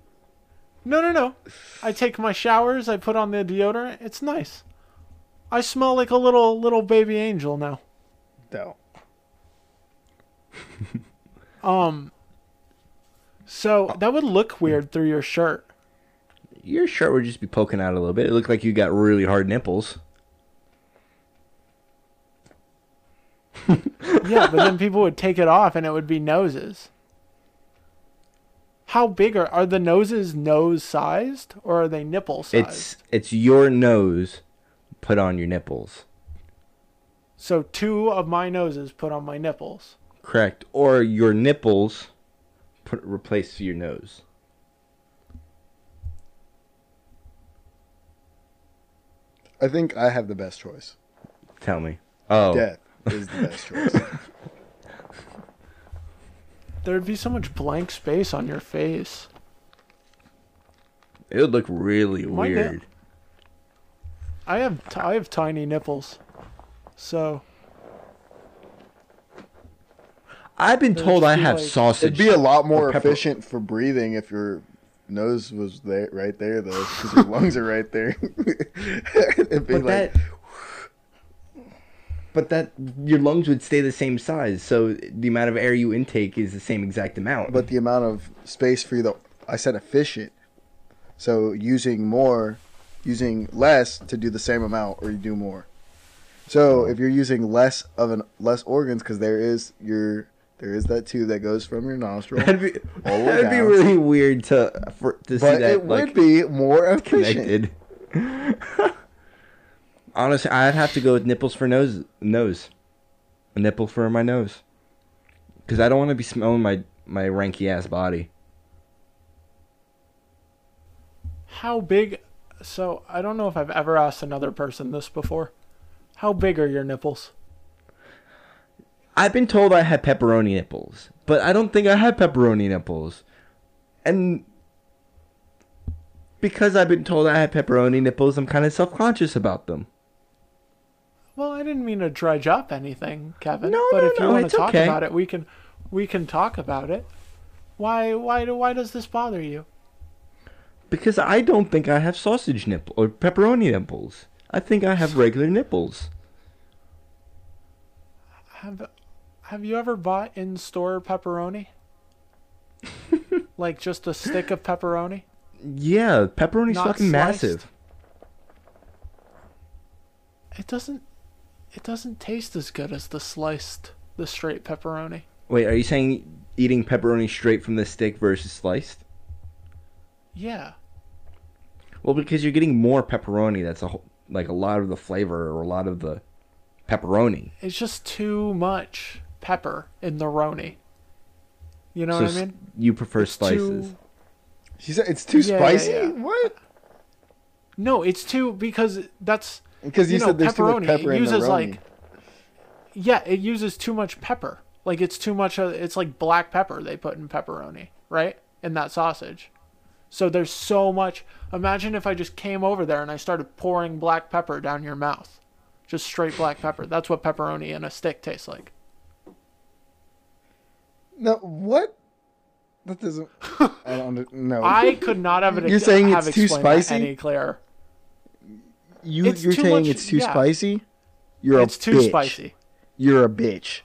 A: No, no, no. I take my showers. I put on the deodorant. It's nice. I smell like a little little baby angel now.
E: No.
A: Um, So that would look weird through your shirt.
D: Your shirt would just be poking out a little bit. It looked like you got really hard nipples.
A: Yeah, but then people would take it off and it would be noses. How big are are the noses nose sized or are they nipple sized?
D: It's it's your nose put on your nipples.
A: So two of my noses put on my nipples.
D: Correct. Or your nipples put replace your nose.
E: I think I have the best choice.
D: Tell me. Oh.
E: Death is the best choice.
A: There'd be so much blank space on your face.
D: It would look really
A: My nip-
D: weird.
A: I have t- I have tiny nipples. So
D: I've been
A: would
D: told
A: just
D: I
A: be
D: have
A: like-
E: It'd
D: sausage.
E: be a lot more
D: pepper-
E: efficient for breathing if your nose was there, right there, though, 'cause your lungs are right there. It'd be
D: but
E: like,
D: that But that your lungs would stay the same size, so the amount of air you intake is the same exact amount.
E: but the amount of space for you, though, I said efficient. So using more, using less to do the same amount, or you do more.
D: Oh.
E: So if you're using less of an less organs, because there is your there is that tube that goes from your nostril.
D: that'd be,
E: All the way
D: that'd be
E: down.
D: really weird to for, to see
E: but
D: that
E: it
D: like
E: would be more efficient.
D: connected. Honestly, I'd have to go with nipples for nose. Nose, a nipple for my nose, because I don't want to be smelling my my ranky ass body.
A: How big? So I don't know if I've ever asked another person this before. How big are your nipples?
D: I've been told I have pepperoni nipples, but I don't think I have pepperoni nipples. And because I've been told I have pepperoni nipples, I'm kind of self conscious about them.
A: Well, I didn't mean to dredge up anything, Kevin.
D: No,
A: but
D: no,
A: if you
D: no,
A: want
D: it's
A: to talk
D: okay.
A: about it, we can we can talk about it. Why why do why does this bother you?
D: Because I don't think I have sausage nipple or pepperoni nipples. I think I have regular nipples.
A: Have have you ever bought in store pepperoni? like just a stick of pepperoni?
D: Yeah, pepperoni's
A: Not
D: fucking
A: sliced.
D: massive.
A: It doesn't it doesn't taste as good as the sliced the straight pepperoni.
D: Wait, are you saying eating pepperoni straight from the stick versus sliced?
A: Yeah.
D: Well, because you're getting more pepperoni. That's a whole, like a lot of the flavor or a lot of the pepperoni.
A: It's just too much pepper in the roni. You know
D: so
A: what I
D: s-
A: mean?
D: you prefer
A: It's
D: slices.
A: too-
E: She said it's too
A: Yeah, yeah,
E: spicy.
A: yeah.
E: What?
A: No, it's too because that's
E: Because you,
A: know,
E: said there's too much
A: pepperoni,
E: pepper
A: it
E: in the
A: uses,
E: roni.
A: like- yeah, it uses too much pepper. Like it's too much. uh, It's like black pepper they put in pepperoni, right? In that sausage. So there's so much. Imagine if I just came over there and I started pouring black pepper down your mouth, just straight black pepper. That's what pepperoni in a stick tastes like.
E: no, what? That doesn't. I don't know.
A: I could not have it.
E: You're saying
A: have
E: it's too
A: explained that
E: spicy?
A: Any clearer?
E: you
A: it's
E: you're
A: too
E: saying
A: much-
E: it's too
A: yeah.
E: spicy. You're a
A: It's too
E: bitch.
A: spicy.
E: You're a bitch.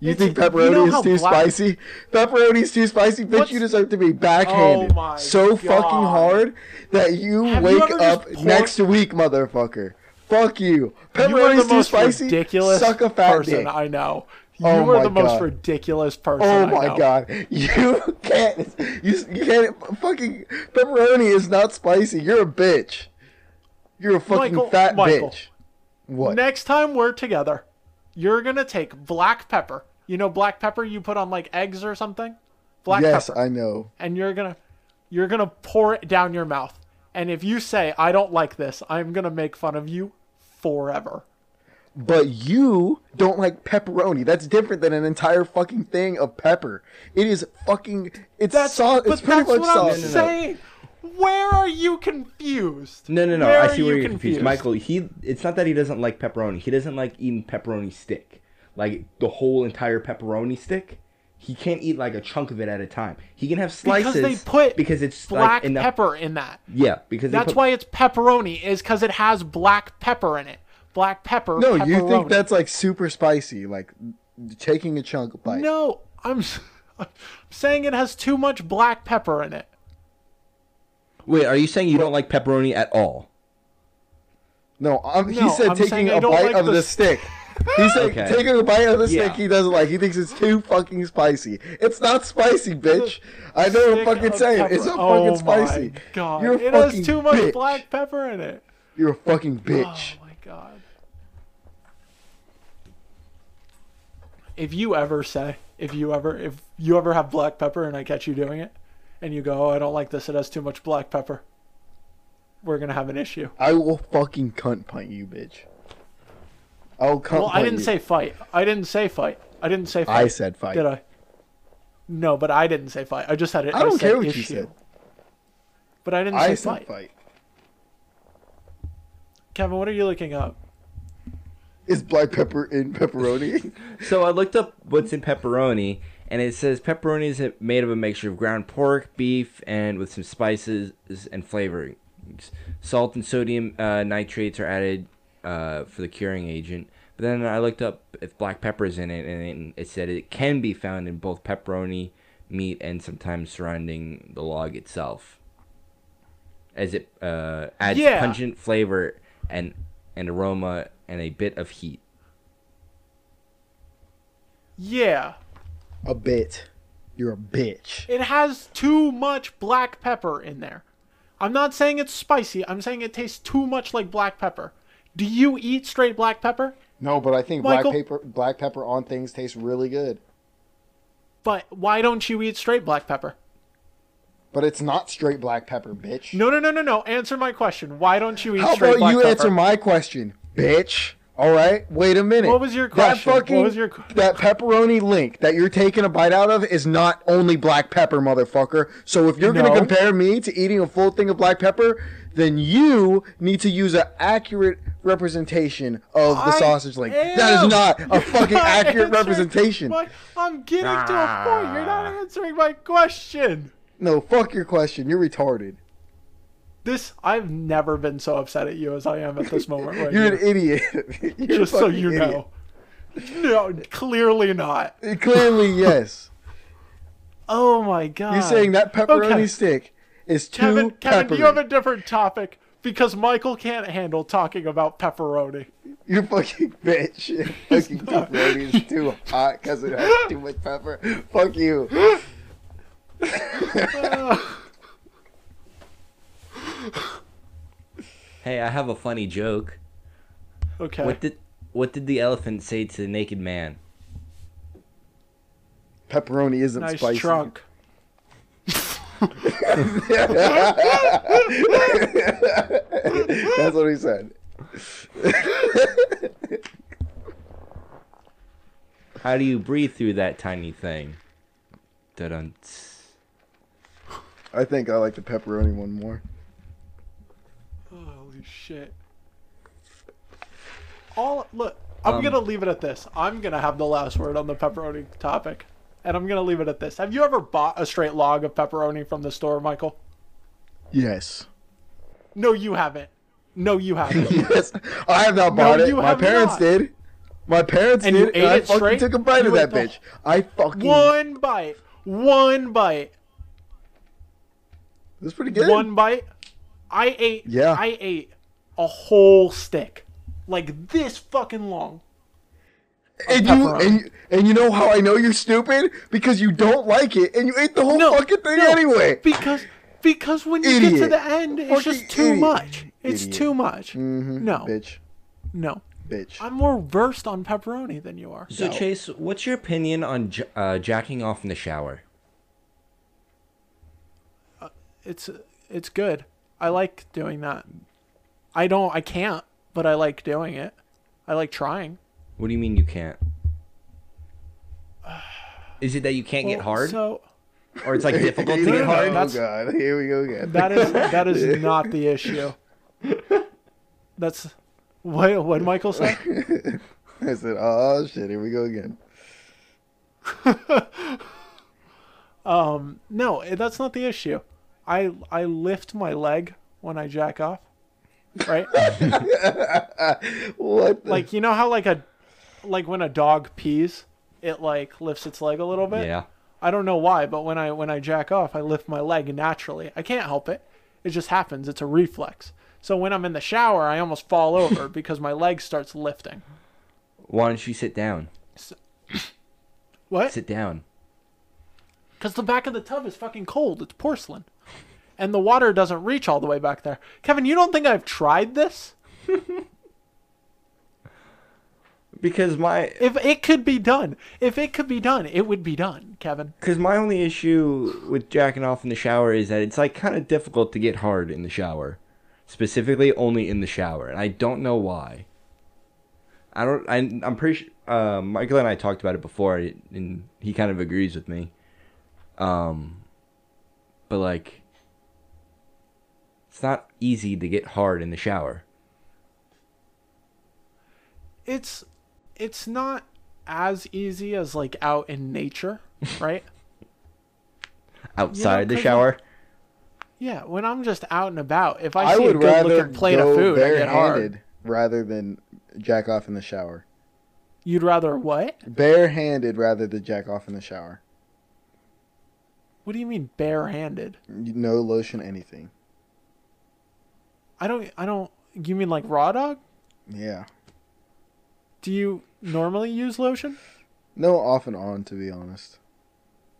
E: You
A: It's-
E: think
A: you know
E: pepperoni
A: how
E: is too
A: black-
E: spicy? Pepperoni's too spicy, bitch.
A: What's-
E: You deserve to be backhanded
A: Oh my
E: so fucking
A: God.
E: hard that you
A: Have you
E: wake
A: ever just
E: up
A: poured-
E: next week, motherfucker. Fuck you.
A: You are the
E: Pepperoni's too
A: most
E: spicy.
A: ridiculous
E: Suck a fat
A: person
E: dick.
A: I know. You
E: Oh
A: are
E: my
A: the most
E: God.
A: ridiculous person.
E: Oh
A: I
E: my
A: know.
E: god, you can't, you, you can't, fucking, pepperoni is not spicy, you're a bitch. You're a fucking
A: Michael-
E: fat
A: Michael.
E: bitch. What?
A: Next time we're together, you're gonna take black pepper. You know black pepper you put on like eggs or something? Black
E: yes,
A: pepper.
E: I know.
A: And you're gonna you're gonna pour it down your mouth. And if you say I don't like this, I'm gonna make fun of you forever.
E: But you don't like pepperoni. That's different than an entire fucking thing of pepper. It is fucking. It's
A: That's
E: sau-
A: but
E: It's pretty
A: that's
E: much
A: what I'm
E: sauce.
A: saying. Where are you confused?
D: No, no, no.
A: Where
D: I
A: are
D: see where
A: you
D: you're confused. Michael, he it's not that he doesn't like pepperoni. He doesn't like eating pepperoni stick. Like the whole entire pepperoni stick. He can't eat like a chunk of it at a time. He can have slices
A: Because they put
D: because it's
A: black
D: like enough.
A: pepper in that.
D: Yeah, because they
A: That's
D: put-
A: why it's pepperoni is because it has black pepper in it. Black pepper.
E: No, you
A: pepperoni.
E: think that's like super spicy, like taking a chunk bite.
A: No, I'm, s- I'm saying it has too much black pepper in it.
D: Wait, are you saying you don't like pepperoni at all?
E: No, I'm,
A: No,
E: he said
A: I'm saying
E: taking
A: I
E: a
A: don't
E: bite
A: like
E: of
A: the
E: the,
A: s-
E: stick. He said
D: Okay.
E: taking a bite of the
D: Yeah.
E: stick he doesn't like. He thinks it's too fucking spicy. It's not spicy, bitch. I know what I'm
A: Thick
E: fucking
A: of
E: saying.
A: pepper.
E: It's not
A: oh
E: fucking spicy.
A: My God,
E: You're a
A: it
E: fucking
A: has too much
E: bitch.
A: black pepper in it.
E: You're a fucking bitch.
A: Oh my God. If you ever say, if you ever, if you ever have black pepper and I catch you doing it, and you go, oh, I don't like this, it has too much black pepper. We're gonna have an issue.
E: I will fucking cunt punt you, bitch. I'll cunt
A: Well, I
E: punt
A: didn't
E: you.
A: say fight. I didn't say fight. I didn't say fight.
E: I said fight.
A: Did I? No, but I didn't say fight. I just had it.
E: I don't
A: said
E: care what you
A: issue.
E: said.
A: But I didn't
E: I
A: say
E: said
A: fight.
E: fight.
A: Kevin, what are you looking up?
E: Is black pepper in pepperoni?
D: So I looked up what's in pepperoni, and it says pepperoni is made of a mixture of ground pork, beef, and with some spices and flavorings. Salt and sodium uh, nitrates are added uh, for the curing agent. But then I looked up if black pepper is in it, and it said it can be found in both pepperoni, meat, and sometimes surrounding the log itself, as it uh, adds
A: Yeah.
D: pungent flavor and and aroma and a bit of heat.
A: Yeah,
E: a bit. You're a bitch.
A: it has too much black pepper in there. I'm not saying it's spicy. I'm saying it tastes too much like black pepper. Do you eat straight black pepper?
E: No, but I think
A: Michael-
E: black pepper black pepper on things tastes really good.
A: But why don't you eat straight black pepper?
C: But it's not straight black pepper, bitch.
A: No, no, no, no, no. Answer my question. Why don't you eat
C: How
A: straight
C: about
A: black
C: you
A: pepper?
C: answer my question, bitch?
E: All right, wait a minute.
A: What was your question?
E: That
A: What
E: fucking,
A: was your que-
E: that pepperoni link that you're taking a bite out of is not only black pepper, motherfucker. So if you're
A: No.
E: gonna compare me to eating a full thing of black pepper, then you need to use an accurate representation of the
A: I
E: sausage link. That
A: am.
E: is not a fucking
A: Not
E: accurate
A: answering
E: representation. Ah.
A: my- I'm getting to a point. You're not answering my question.
E: No, fuck your question. You're retarded.
A: This I've never been so upset at you as I am at this moment right
E: You're
A: now.
E: an idiot. You're a
A: Just so
E: fucking
A: you
E: idiot.
A: know. No, clearly not.
E: Clearly, yes.
A: Oh my god.
E: You're saying that pepperoni
A: Okay.
E: stick is too
A: Kevin, Kevin, do
E: peppery.
A: you have a different topic? Because Michael can't handle talking about pepperoni.
E: You're fucking bitch. Your fucking pepperoni is too hot because it has too much pepper. Fuck you.
B: Hey, I have a funny joke.
A: Okay.
B: What did what did the elephant say to the naked man?
E: Pepperoni isn't
A: nice
E: spicy.
A: trunk.
E: That's what he said.
B: How do you breathe through that tiny thing? Dun
E: I think I like the pepperoni one more.
A: Holy shit. All look, I'm gonna leave it at this. I'm gonna have the last word on the pepperoni topic. And I'm gonna leave it at this. Have you ever bought a straight log of pepperoni from the store, Michael?
E: Yes.
A: No, you haven't. No, you haven't.
E: Yes. I have not bought it.
A: you
E: My
A: have
E: parents
A: not.
E: did. My parents
A: And you
E: did.
A: ate
E: and I
A: it
E: fucking
A: straight?
E: took a bite
A: You
E: of that
A: ate the
E: bitch. I fucking.
A: one bite. One bite.
E: That's pretty good.
A: One bite. I ate
E: Yeah.
A: I ate a whole stick. Like this fucking long.
E: and you
A: pepperoni.
E: and, you- and you know how I know you're stupid because you don't like it and you ate the whole
A: No,
E: fucking thing
A: no,
E: anyway.
A: Because because when you get to
E: Idiot.
A: the end, it's
E: Fucking
A: just too
E: idiot.
A: much. It's
E: Idiot. Mm-hmm.
A: too much. No.
E: Bitch,
A: No.
E: bitch.
A: Oh. I'm more versed on pepperoni than you are.
B: So Chase, what's your opinion on j- uh, jacking off in the shower?
A: It's it's good. I like doing that. I don't I can't, but I like doing it. I like trying.
B: What do you mean you can't? Is it that you can't get
A: Well,
B: hard,
A: So
B: or it's like difficult to get
A: no,
B: hard?
A: no.
E: Oh
A: That's-
E: god, here we go again.
A: that is that is not the issue. That's what what Michael said.
E: I said, oh shit, here we go again.
A: No, eh, that's not the issue. I I lift my leg when I jack off. Right?
E: What? The,
A: like you know how like a like when a dog pees, it like lifts its leg a little bit.
B: Yeah.
A: I don't know why, but when I when I jack off, I lift my leg naturally. I can't help it. It just happens. It's a reflex. So when I'm in the shower, I almost fall over because my leg starts lifting.
B: Why don't you sit down?
A: What?
B: Sit down.
A: Because the back of the tub is fucking cold. It's porcelain, and the water doesn't reach all the way back there. Kevin, you don't think I've tried this?
B: Because my
A: If it could be done, if it could be done, it would be done, Kevin.
B: Because my only issue with jacking off in the shower is that it's like kind of difficult to get hard in the shower, specifically only in the shower, and I don't know why. I don't. I, I'm pretty. Sure, uh, Michael and I talked about it before, and he kind of agrees with me. Um, but like, it's not easy to get hard in the shower.
A: it's it's not as easy as like out in nature, right?
B: Outside the
A: 'cause
B: shower,
A: yeah, when I'm just out and about, if I,
E: I
A: see
E: would
A: a good
E: rather
A: looking plate
E: go
A: of food, I get hard.
E: barehanded rather than jack off in the shower.
A: You'd rather what?
E: Barehanded rather than jack off in the shower.
A: What do you mean barehanded?
E: No lotion, anything.
A: I don't I don't you mean like raw dog?
E: Yeah.
A: Do you normally use lotion?
E: No, off and on, to be honest.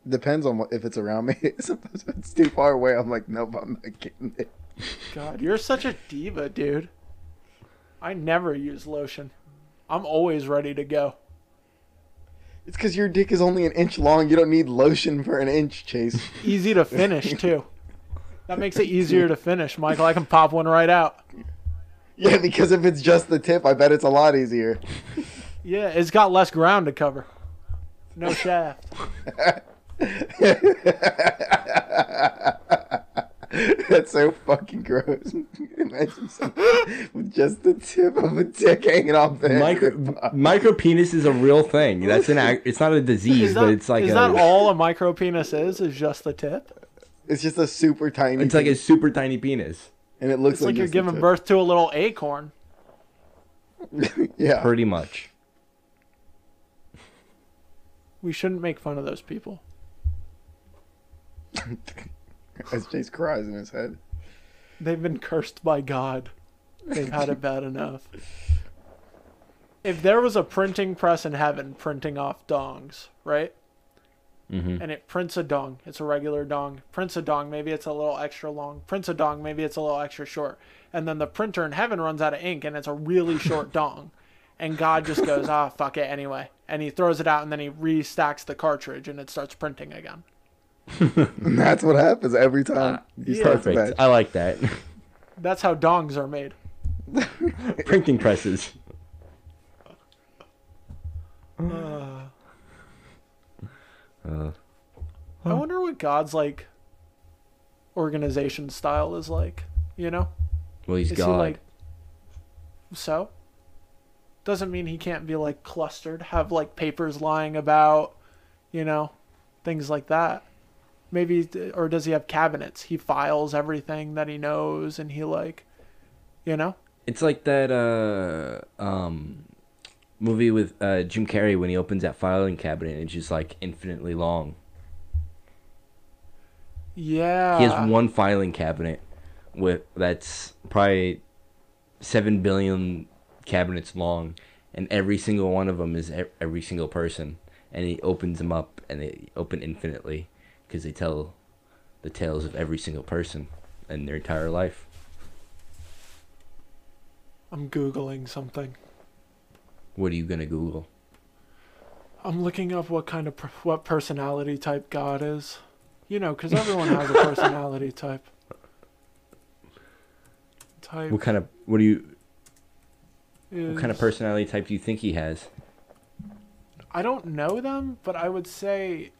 E: Depends on what, if it's around me. Sometimes if it's too far away, I'm like, nope, I'm not getting it.
A: God, you're such a diva, dude. I never use lotion. I'm always ready to go.
E: It's because your dick is only an inch long. You don't need lotion for an inch, Chase.
A: Easy to finish too. That makes it easier to finish, Michael. I can pop one right out.
E: Yeah, because if it's just the tip, I bet it's a lot easier.
A: Yeah, it's got less ground to cover. No shaft.
E: That's so fucking gross. Imagine someone with just the tip of a dick hanging off the
D: Micro micro penis is a real thing. That's an ac- it's not a disease,
A: Is that,
D: but it's like
A: is
D: a,
A: that all a micro penis is? Is just the tip?
E: It's just a super tiny.
D: it's like a
E: piece,
D: super tiny penis.
E: and it looks
A: It's like you're
E: just the
A: giving
E: tip.
A: birth to a little acorn.
E: Yeah,
D: Pretty much.
A: We shouldn't make fun of those people.
E: SJ's cries in his head.
A: They've been cursed by God. They've had it bad enough. If there was a printing press in heaven printing off dongs, right? Mm-hmm. And it prints a dong. It's a regular dong. Prints a dong. Maybe it's a little extra long. Prints a dong. Maybe it's a little extra short. And then the printer in heaven runs out of ink and it's a really short dong. And God just goes, ah, fuck it anyway. And he throws it out and then he restacks the cartridge and it starts printing again.
E: And that's what happens every
A: Uh,
E: time. he starts a
D: Perfect.
E: match.
D: I like that.
A: That's how dongs are made.
D: Printing presses.
A: I wonder what God's like organization style is like. You know,
D: Well, he's
A: is
D: God.
A: he like so? Doesn't mean he can't be like clustered, have like papers lying about, you know, things like that. Maybe or does he have cabinets? He files everything that he knows, and he like, you know,
D: It's like that uh um movie with uh Jim Carrey when he opens that filing cabinet and it's just like infinitely long.
A: yeah.
D: He has one filing cabinet with that's probably 7 billion cabinets long and every single one of them is e- every single person and he opens them up and they open infinitely because they tell the tales of every single person and their entire life.
A: I'm googling something.
D: What are you going to google?
A: I'm looking up what kind of per- what personality type God is. You know, because everyone has a personality type. Type
D: What kind of what do you
A: is,
D: what kind of personality type do you think he has?
A: I don't know them, but I would say.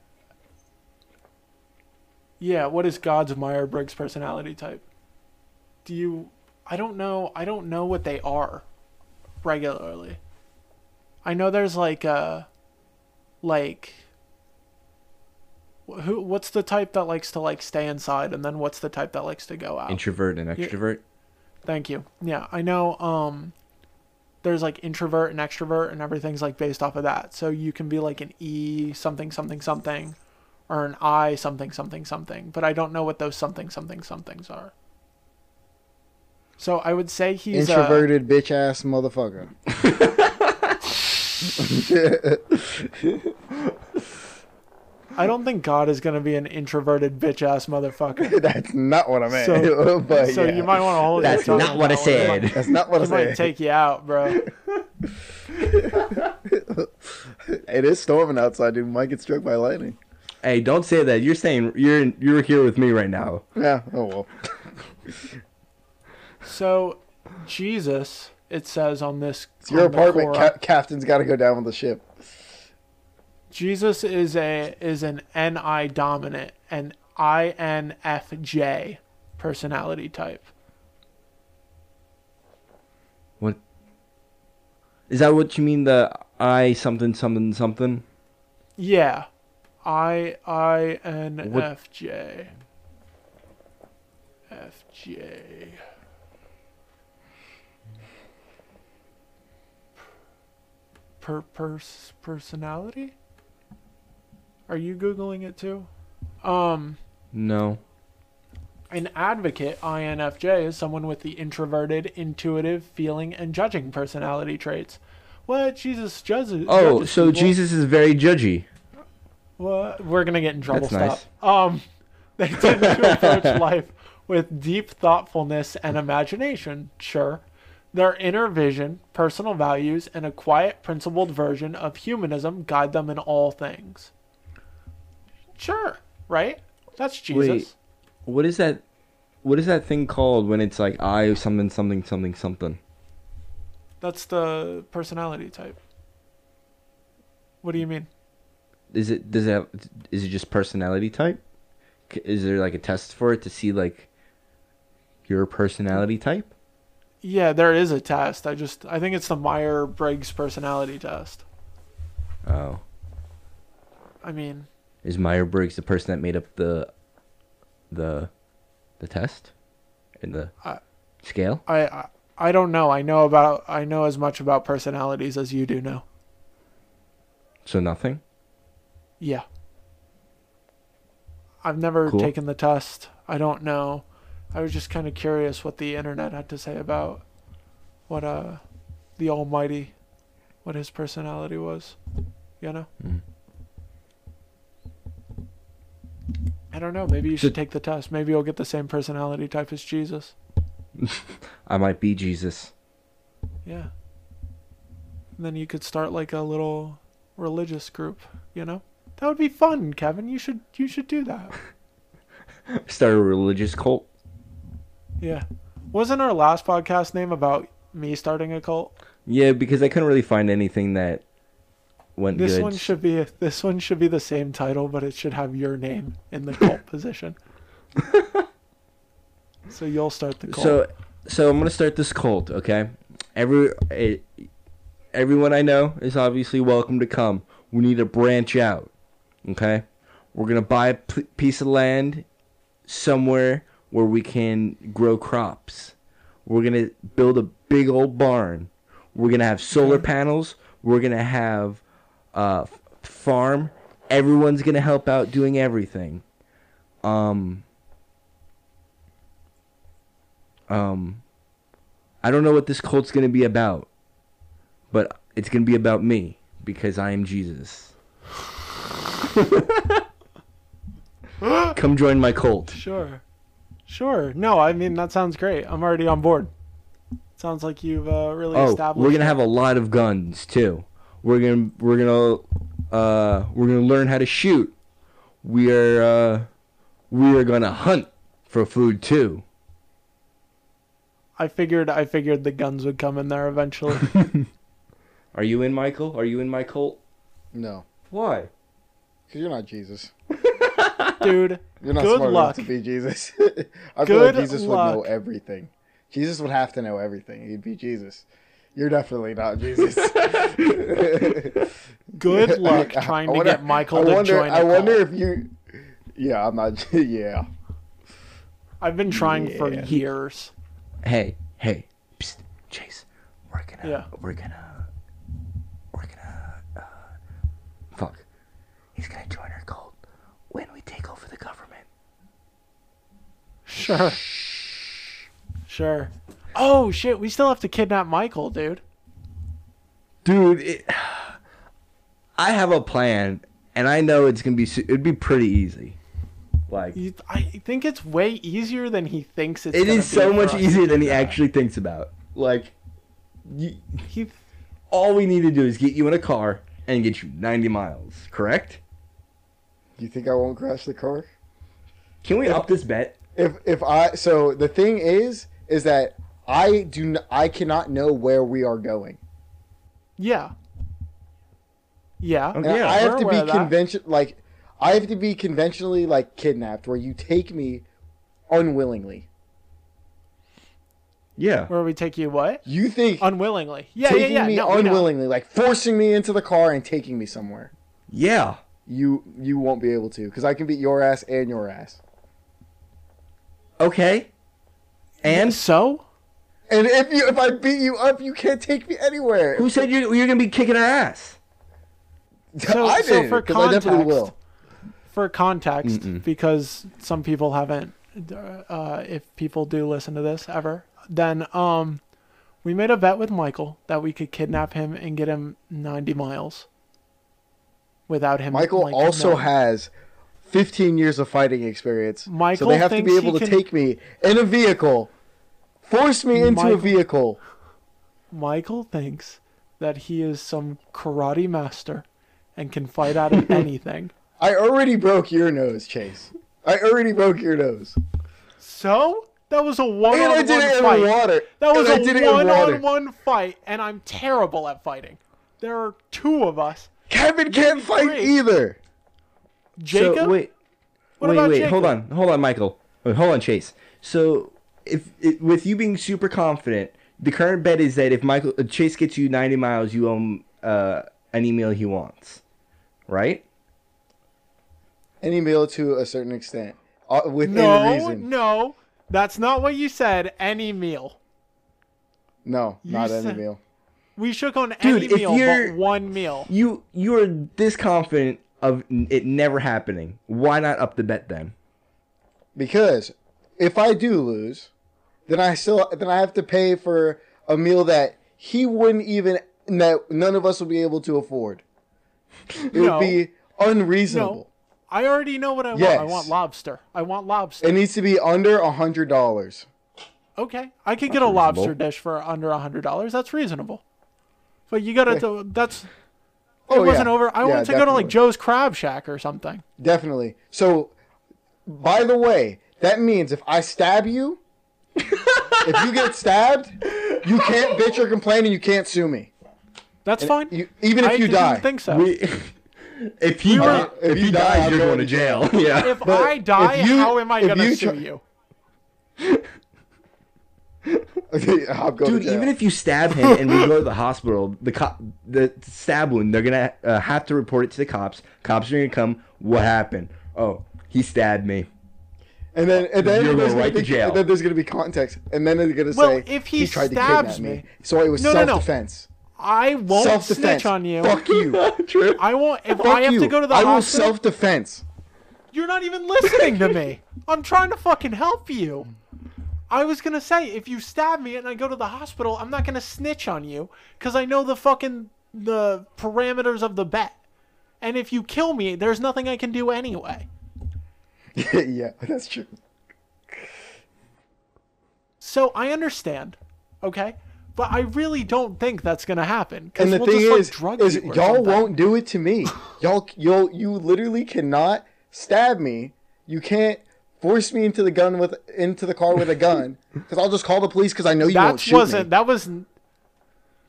A: Yeah, what is God's Meyer Briggs personality type? Do you? I don't know. I don't know what they are, regularly. I know there's like a, like. wh- Who? What's the type that likes to like stay inside, and then what's the type that likes to go out?
D: Introvert and
A: Yeah.
D: extrovert?
A: Thank you. Yeah, I know um there's like introvert and extrovert and everything's like based off of that. So you can be like an E something something something or an I something something something, but I don't know what those something something somethings are. So I would say he's uh, introverted.
E: Introverted bitch ass motherfucker.
A: I I don't think God is going to be an introverted bitch ass motherfucker.
E: That's not what I meant.
A: So-
E: but
A: so
E: yeah.
A: you might want to hold
D: That's
A: your tongue
D: not
A: on
D: what I
A: that one. It might-
D: said.
E: That's not what I
A: It might,
E: said.
A: take you out, bro.
E: it is storming outside, dude. Might get struck by lightning.
D: Hey, don't say that. You're saying you're you're here with me right now.
E: Yeah. Oh well.
A: So Jesus, it says on this
E: It's your
A: on the
E: apartment.
A: Quran-
E: Cap- captain's got to go down with the ship.
A: Jesus is a is an NI dominant, an INFJ personality type.
D: What is that? What you mean? The I something something something?
A: Yeah. I I N
D: What-
A: F J. F J. Per pers personality? Are you googling it too? Um
D: No.
A: An advocate, INFJ, is someone with the introverted, intuitive, feeling, and judging personality traits. What Jesus judges?
D: Oh,
A: judges
D: so
A: people.
D: Jesus is very judgy.
A: What? We're gonna get in trouble.
D: That's
A: Stop. Um, they tend to approach life with deep thoughtfulness and imagination. Sure, their inner vision, personal values, and a quiet, principled version of humanism guide them in all things. Sure, right? That's Jesus.
D: Wait. What is that? what is that thing called when it's like I something something something something?
A: That's the personality type. What do you mean?
D: Is it does it have, is it just personality type? C- Is there like a test for it to see like your personality type?
A: Yeah, there is a test. I just I think it's the Meyer Briggs personality test.
D: Oh,
A: I mean,
D: is Meyer Briggs the person that made up the the the test and the
A: I-
D: scale?
A: I, I I don't know. I know about I know as much about personalities as you do know.
D: So nothing.
A: Yeah. I've never
D: Cool.
A: taken the test. I don't know. I was just kind of curious what the internet had to say about what uh the almighty what his personality was. You know? I don't know. Maybe you should take the test. Maybe you'll get the same personality type as Jesus.
D: I might be Jesus.
A: Yeah. And then you could start like a little religious group, you know? That would be fun, Kevin. You should you should do that.
D: Start a religious cult.
A: Yeah. Wasn't our last podcast name about me starting a cult?
D: Yeah, because I couldn't really find anything that went
A: This
D: good.
A: one should be this one should be the same title, but it should have your name in the cult position. so you'll start the cult.
D: So, so I'm gonna start this cult. Okay, every eh, everyone I know is obviously welcome to come. We need to branch out. Okay, we're gonna buy a p- piece of land somewhere where we can grow crops. We're gonna build a big old barn. We're gonna have solar panels. We're gonna have a uh, f- farm. Everyone's gonna help out doing everything. Um. Um, I don't know what this cult's gonna be about, but it's gonna be about me because I am Jesus. Come join my cult.
A: sure. Sure. No, I mean that sounds great. I'm already on board. Sounds like you've uh, really
D: Oh,
A: established
D: we're gonna have a lot of guns too. We're gonna we're gonna uh we're gonna learn how to shoot. We are uh we are gonna hunt for food too.
A: I figured I figured the guns would come in there eventually.
D: Are you in Michael? Are you in my cult?
E: No,
D: Why?
E: because you're not Jesus.
A: Dude,
E: You're not
A: Good
E: smart
A: luck.
E: enough to be Jesus. I feel like
A: Good
E: Jesus would know
A: luck.
E: everything. Jesus would have to know everything. He'd be Jesus. You're definitely not Jesus.
A: good luck
E: I- I
A: trying
E: wonder-
A: to get Michael
E: I
A: to
E: wonder,
A: join a
E: I wonder
A: cult.
E: if you. Yeah, I'm not. Yeah,
A: I've been trying for years.
D: hey, hey, psst, Chase, we're gonna,
A: Yeah.
D: we're gonna, we're gonna, uh, fuck. He's gonna join our cult when we take over the government.
A: Sure. Sure. Oh shit, we still have to kidnap Michael, dude.
D: Dude, it, I have a plan, and I know it's gonna be, su- it'd be pretty easy. Like,
A: You, I think it's way easier than he thinks it's.
D: it
A: gonna
D: is
A: be
D: so
A: for
D: much
A: us.
D: easier than he actually thinks about. Like, you,
A: He,
D: all we need to do is get you in a car and get you 90 miles, correct?
E: you think I won't crash the car?
D: Can we up this bet?
E: If if I so the thing is is that I do n- I cannot know where we are going.
A: yeah. Yeah.
D: Okay.
E: And
D: Yeah,
E: I have
A: we're
E: to
A: aware of
E: be
A: that.
E: convention like I have to be conventionally like kidnapped where you take me unwillingly.
D: Yeah.
A: Where we take you what?
E: You think
A: Unwillingly. Yeah,
E: taking
A: yeah, yeah.
E: me
A: no, we know.
E: unwillingly, like forcing me into the car and taking me somewhere.
D: Yeah.
E: You you won't be able to because I can beat your ass and your ass.
D: Okay. And
A: So?
E: And if you if I beat you up, you can't take me anywhere.
D: who said you you're gonna be kicking our ass?
A: So,
E: I
A: so
E: did,
A: for
E: 'cause I
A: context,
E: definitely will.
A: for context, because some people haven't, uh, if people do listen to this ever, then um, we made a bet with Michael that we could kidnap him and get him 90 miles without him.
E: Michael
A: like,
E: also
A: knowing.
E: has 15 years of fighting experience.
A: Michael
E: so they have to be
A: thinks he
E: able to
A: can-
E: take me in a vehicle, force me into
A: Michael-
E: a vehicle.
A: Michael thinks that he is some karate master and can fight out of anything.
E: I already broke your nose, Chase. I already broke your nose.
A: So Oh, That was a one
E: And I
A: on
E: did it
A: one
E: in
A: fight.
E: water.
A: That was
E: And I did it
A: a
E: in
A: one
E: water.
A: on one fight, and I'm terrible at fighting. There are two of us.
E: Kevin can't fight
A: Great.
E: either.
A: Jacob,
D: So wait,
A: what
D: wait,
A: about
D: wait.
A: Jacob?
D: Hold on, hold on, Michael. Wait, hold on, Chase. So if it, with you being super confident, the current bet is that if Michael uh, Chase gets you 90 miles, you owe him uh, any meal he wants, right?
E: Any meal to a certain extent, uh, within
A: No,
E: reason.
A: no, that's not what you said. Any meal.
E: No, not any
A: said-
E: meal.
A: We shook on
D: Dude,
A: any
D: if
A: meal
D: you're-
A: but one meal.
D: You you are this confident of n- it never happening. Why not up the bet then?
E: Because if I do lose, then I still then I have to pay for a meal that he wouldn't even that none of us would be able to afford. It
A: No.
E: would be
A: No,
E: unreasonable.
A: I already know what I want. I
E: Yes.
A: want lobster. I want lobster.
E: It needs to be under a hundred dollars.
A: Okay, I could get a lobster dish for under a hundred dollars. That's reasonable. But you gotta. That's. It
E: Oh,
A: wasn't
E: yeah.
A: over. I
E: Yeah,
A: wanted to go to like
E: definitely.
A: Joe's Crab Shack or something.
E: Definitely. So, by the way, that means if I stab you, if you get stabbed, you can't bitch or complain, and you can't sue me.
A: That's fine.
E: You, even if
A: I
E: you
A: didn't
E: die,
A: think so.
D: if he
E: were-
D: if, he dies,
E: I'm
D: you're going to
E: going
D: jail. yeah.
A: if I die,
E: if you-
A: how am I
E: if
A: gonna
E: you
A: sue
E: try-
A: you?
E: Okay, I'll go
D: Dude,
E: to jail.
D: even if you stab him and we go to the hospital, the cop, the stab wound, they're gonna uh, have to report it to the cops. Cops are gonna come. What happened? Oh, he stabbed me.
E: And then, and then
D: You're
E: there's
D: going right
E: be,
D: to jail.
E: And then there's gonna be context, and then they're gonna
A: Well,
E: say,
A: if he
E: tried
A: stabs
E: to kidnap me,
A: me-
E: so it was
A: No, no, no.
E: self-defense.
A: I won't
E: Self-defense.
A: snitch on you.
E: Fuck you. Fuck
D: True.
A: I won't. If I have
E: you.
A: to go to the
E: I will
A: hospital,
E: self-defense.
A: you're not even listening to me. I'm trying to fucking help you. I was gonna say if you stab me and I go to the hospital, I'm not gonna snitch on you because I know the fucking the parameters of the bet. And if you kill me, there's nothing I can do anyway.
E: yeah, that's true.
A: So I understand, okay, but I really don't think that's gonna happen. 'cause
E: And the
A: we'll
E: thing
A: just, like,
E: is,
A: drug
E: is
A: you or
E: y'all
A: something.
E: won't do it to me. y'all, you'll, you literally cannot stab me. You can't force me into the gun with into the car with a gun because I'll just call the police because I know you won't
A: That
E: shoot
A: wasn't.
E: me.
A: That was.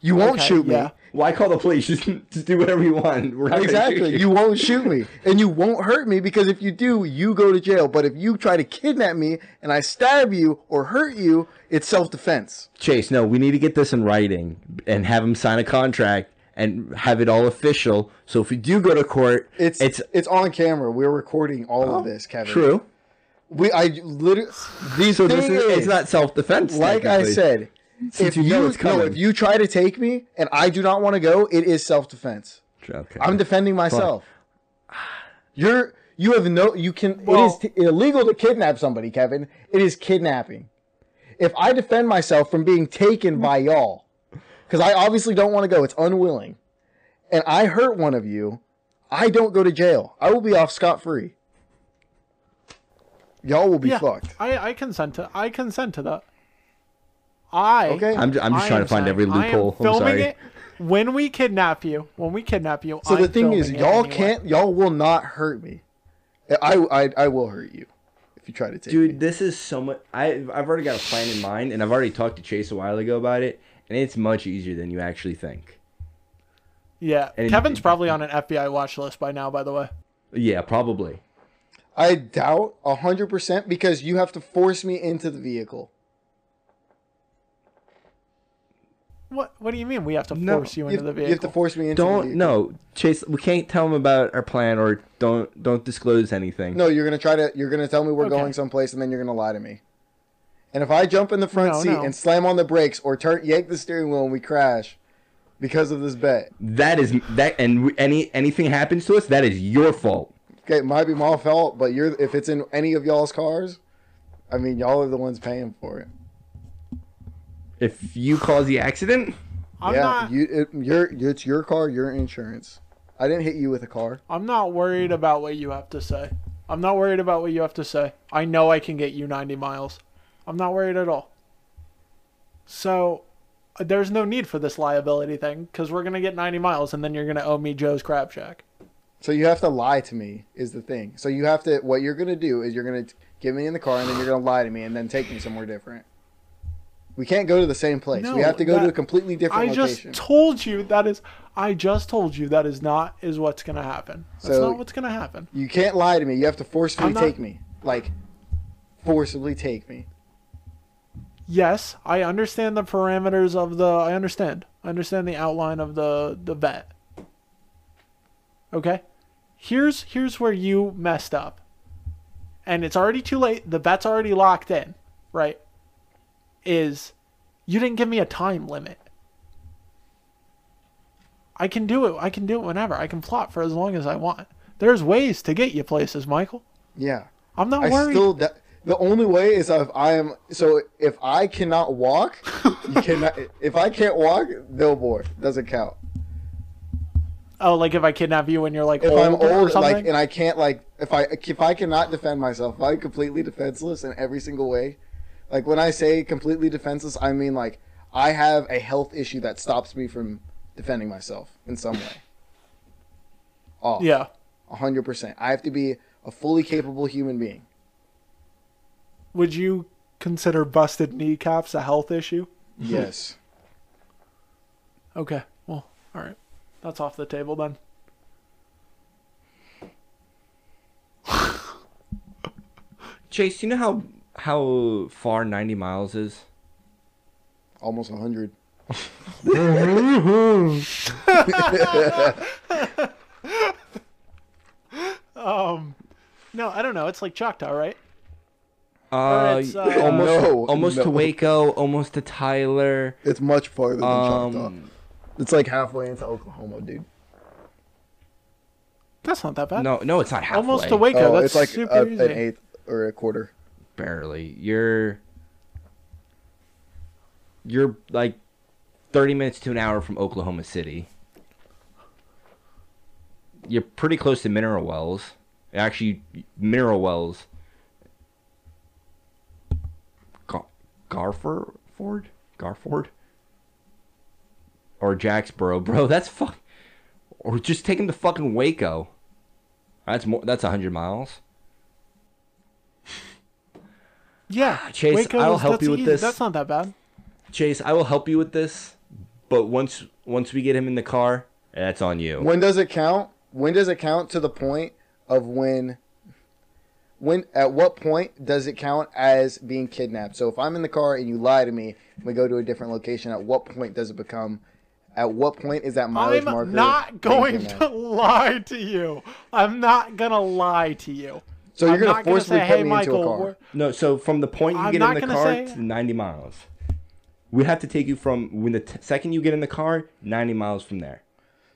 E: You won't
A: okay,
E: shoot me.
A: yeah.
D: Why call the police? Just, just do whatever you want. We're not Gonna shoot
E: Exactly. You.
D: you.
E: won't shoot me. And you won't hurt me because if you do, you go to jail. But if you try to kidnap me and I stab you or hurt you, it's self defense.
D: Chase, no, we need to get this in writing and have him sign a contract and have it all official. So if we do go to court,
E: It's,
D: it's
E: it's on camera. We're recording all
A: Oh,
E: of this, Kevin.
D: true.
E: We I literally the
D: So
E: thing
D: this is,
E: is,
D: it's not self defense.
E: like I said, if
D: you
E: you,
D: know it's
E: no,
D: coming.
E: if you try to take me and I do not want to go, it is self defense.
D: Okay.
E: I'm defending myself. You're you have no you can it
A: Well-
E: is t- illegal to kidnap somebody, Kevin. It is kidnapping. If I defend myself from being taken by y'all, because I obviously don't want to go, it's unwilling, and I hurt one of you, I don't go to jail. I will be off scot free. Y'all will be
A: Yeah,
E: fucked.
A: I, I consent to. I consent to that. I.
E: Okay.
D: I'm, ju- I'm just
A: I
D: trying
A: am
D: to find
A: saying
D: every
A: I am
D: loophole. I'm,
A: filming
D: sorry.
A: it when we kidnap you. When we kidnap you.
E: So the
A: I'm
E: thing is,
A: filming it
E: y'all
A: anyway.
E: can't, y'all will not hurt me. I, I, I will hurt you if you try to take me.
D: Dude, this is so much. I, I've already got a plan in mind, and I've already talked to Chase a while ago about it, and it's much easier than you actually think.
A: Yeah,
D: And-
A: Kevin's probably on an FBI watch list by now. By the way,
D: Yeah, probably.
E: I doubt a hundred percent because you have to force me into the vehicle.
A: what what do you mean we have to
D: No,
A: force you
E: You
A: into
E: have,
A: the
E: you
A: vehicle?
E: have to force me into the
D: Don't
E: vehicle.
D: no, Chase. We can't tell him about our plan, or don't don't disclose anything.
E: No, you're gonna try to you're gonna tell me we're
A: Okay.
E: going someplace and then you're gonna lie to me. And if I jump in the front
A: No,
E: seat
A: no.
E: and slam on the brakes or turn yank the steering wheel and we crash because of this bet.
D: That is that, and we- any anything happens to us, that is your fault.
E: Okay, it might be my fault, but you're if it's in any of y'all's cars, I mean y'all are the ones paying for it.
D: If you cause the accident,
A: I'm
E: yeah,
A: not.
E: you it, you're it's your car, your insurance. I didn't hit you with a car.
A: I'm not worried about what you have to say. I'm not worried about what you have to say. I know I can get you 90 miles. I'm not worried at all. So, uh, there's no need for this liability thing because we're gonna get 90 miles and then you're gonna owe me Joe's Crab Shack.
E: So you have to lie to me is the thing. So you have to what you're gonna do is you're gonna get me in the car, and then you're gonna lie to me and then take me somewhere different. We can't go to the same place. we
A: No,
E: have to go to
A: that-
E: a completely different
A: I
E: location.
A: just told you that is. I just told you that is not is what's gonna happen. That's
E: So-
A: not what's gonna happen.
E: you can't lie to me. You have to forcefully
A: I'm not-
E: take me. Like forcibly take me.
A: Yes, I understand the parameters of the. I understand. I understand the outline of the the vet. Okay, here's here's where you messed up, and it's already too late. The vet's already locked in, right? Is you didn't give me a time limit. I can do it. I can do it whenever. I can plot for as long as I want. There's ways to get you places, Michael.
E: Yeah.
A: I'm not
E: I
A: worried.
E: still. d the only way is if I am. So if I cannot walk, you cannot. If I can't walk, billboard doesn't count.
A: Oh, like if I kidnap you and you're like
E: If
A: old,
E: I'm
A: or
E: old,
A: something.
E: like, and I can't, like, if I if I cannot defend myself, if I'm completely defenseless in every single way. Like when I say completely defenseless, I mean like I have a health issue that stops me from defending myself in some way. Oh,
A: yeah.
E: hundred percent. I have to be a fully capable human being.
A: Would you consider busted kneecaps a health issue?
E: Yes.
A: Okay. Well, all right. That's off the table then.
D: Chase, you know how how far 90 miles is?
E: Almost hundred.
A: Um, No, I don't know. It's like Choctaw, right?
D: Uh,
A: it's, uh,
D: almost
E: No,
D: almost to
E: no.
D: Waco, almost to Tyler.
E: It's much farther than Choctaw.
D: Um,
E: It's like halfway into Oklahoma, dude.
A: That's not that bad.
D: no, no, it's not halfway.
A: Almost to Waco.
E: oh,
A: That's
E: it's like
A: super
E: a,
A: easy.
E: an eighth or a quarter.
D: Barely. You're you're like 30 minutes to an hour from Oklahoma City. You're pretty close to Mineral Wells. Actually, Mineral Wells. Gar- Garford? Ford? Garford? Or Jacksboro, bro. That's fuck. Or just take him to fucking Waco. That's more. That's 100 miles.
E: Ah,
A: Yeah.
D: Chase,
A: Waco
D: I'll
A: is-
D: help
A: that's
D: you with
A: easy.
D: this.
A: That's not that bad.
D: Chase, I will help you with this, but once once we get him in the car, that's on you.
E: When does it count? When does it count to the point of when? When at what point does it count as being kidnapped? So if I'm in the car and you lie to me, we go to a different location. At what point does it become? At what point is that mileage
A: I'm
E: marker?
A: not
E: being
A: going
E: kidnapped?
A: to lie to you. I'm not gonna lie to you.
E: So you're
A: I'm
E: gonna
A: not
E: forcibly
A: say,
E: put
A: hey,
E: me into a
A: Michael,
E: car."
A: we're-
D: No, so from the point you
A: I'm
D: get
A: not
D: in the
A: gonna
D: car
A: say-
D: to 90 miles. We have to take you from when the t- second you get in the car, 90 miles from there.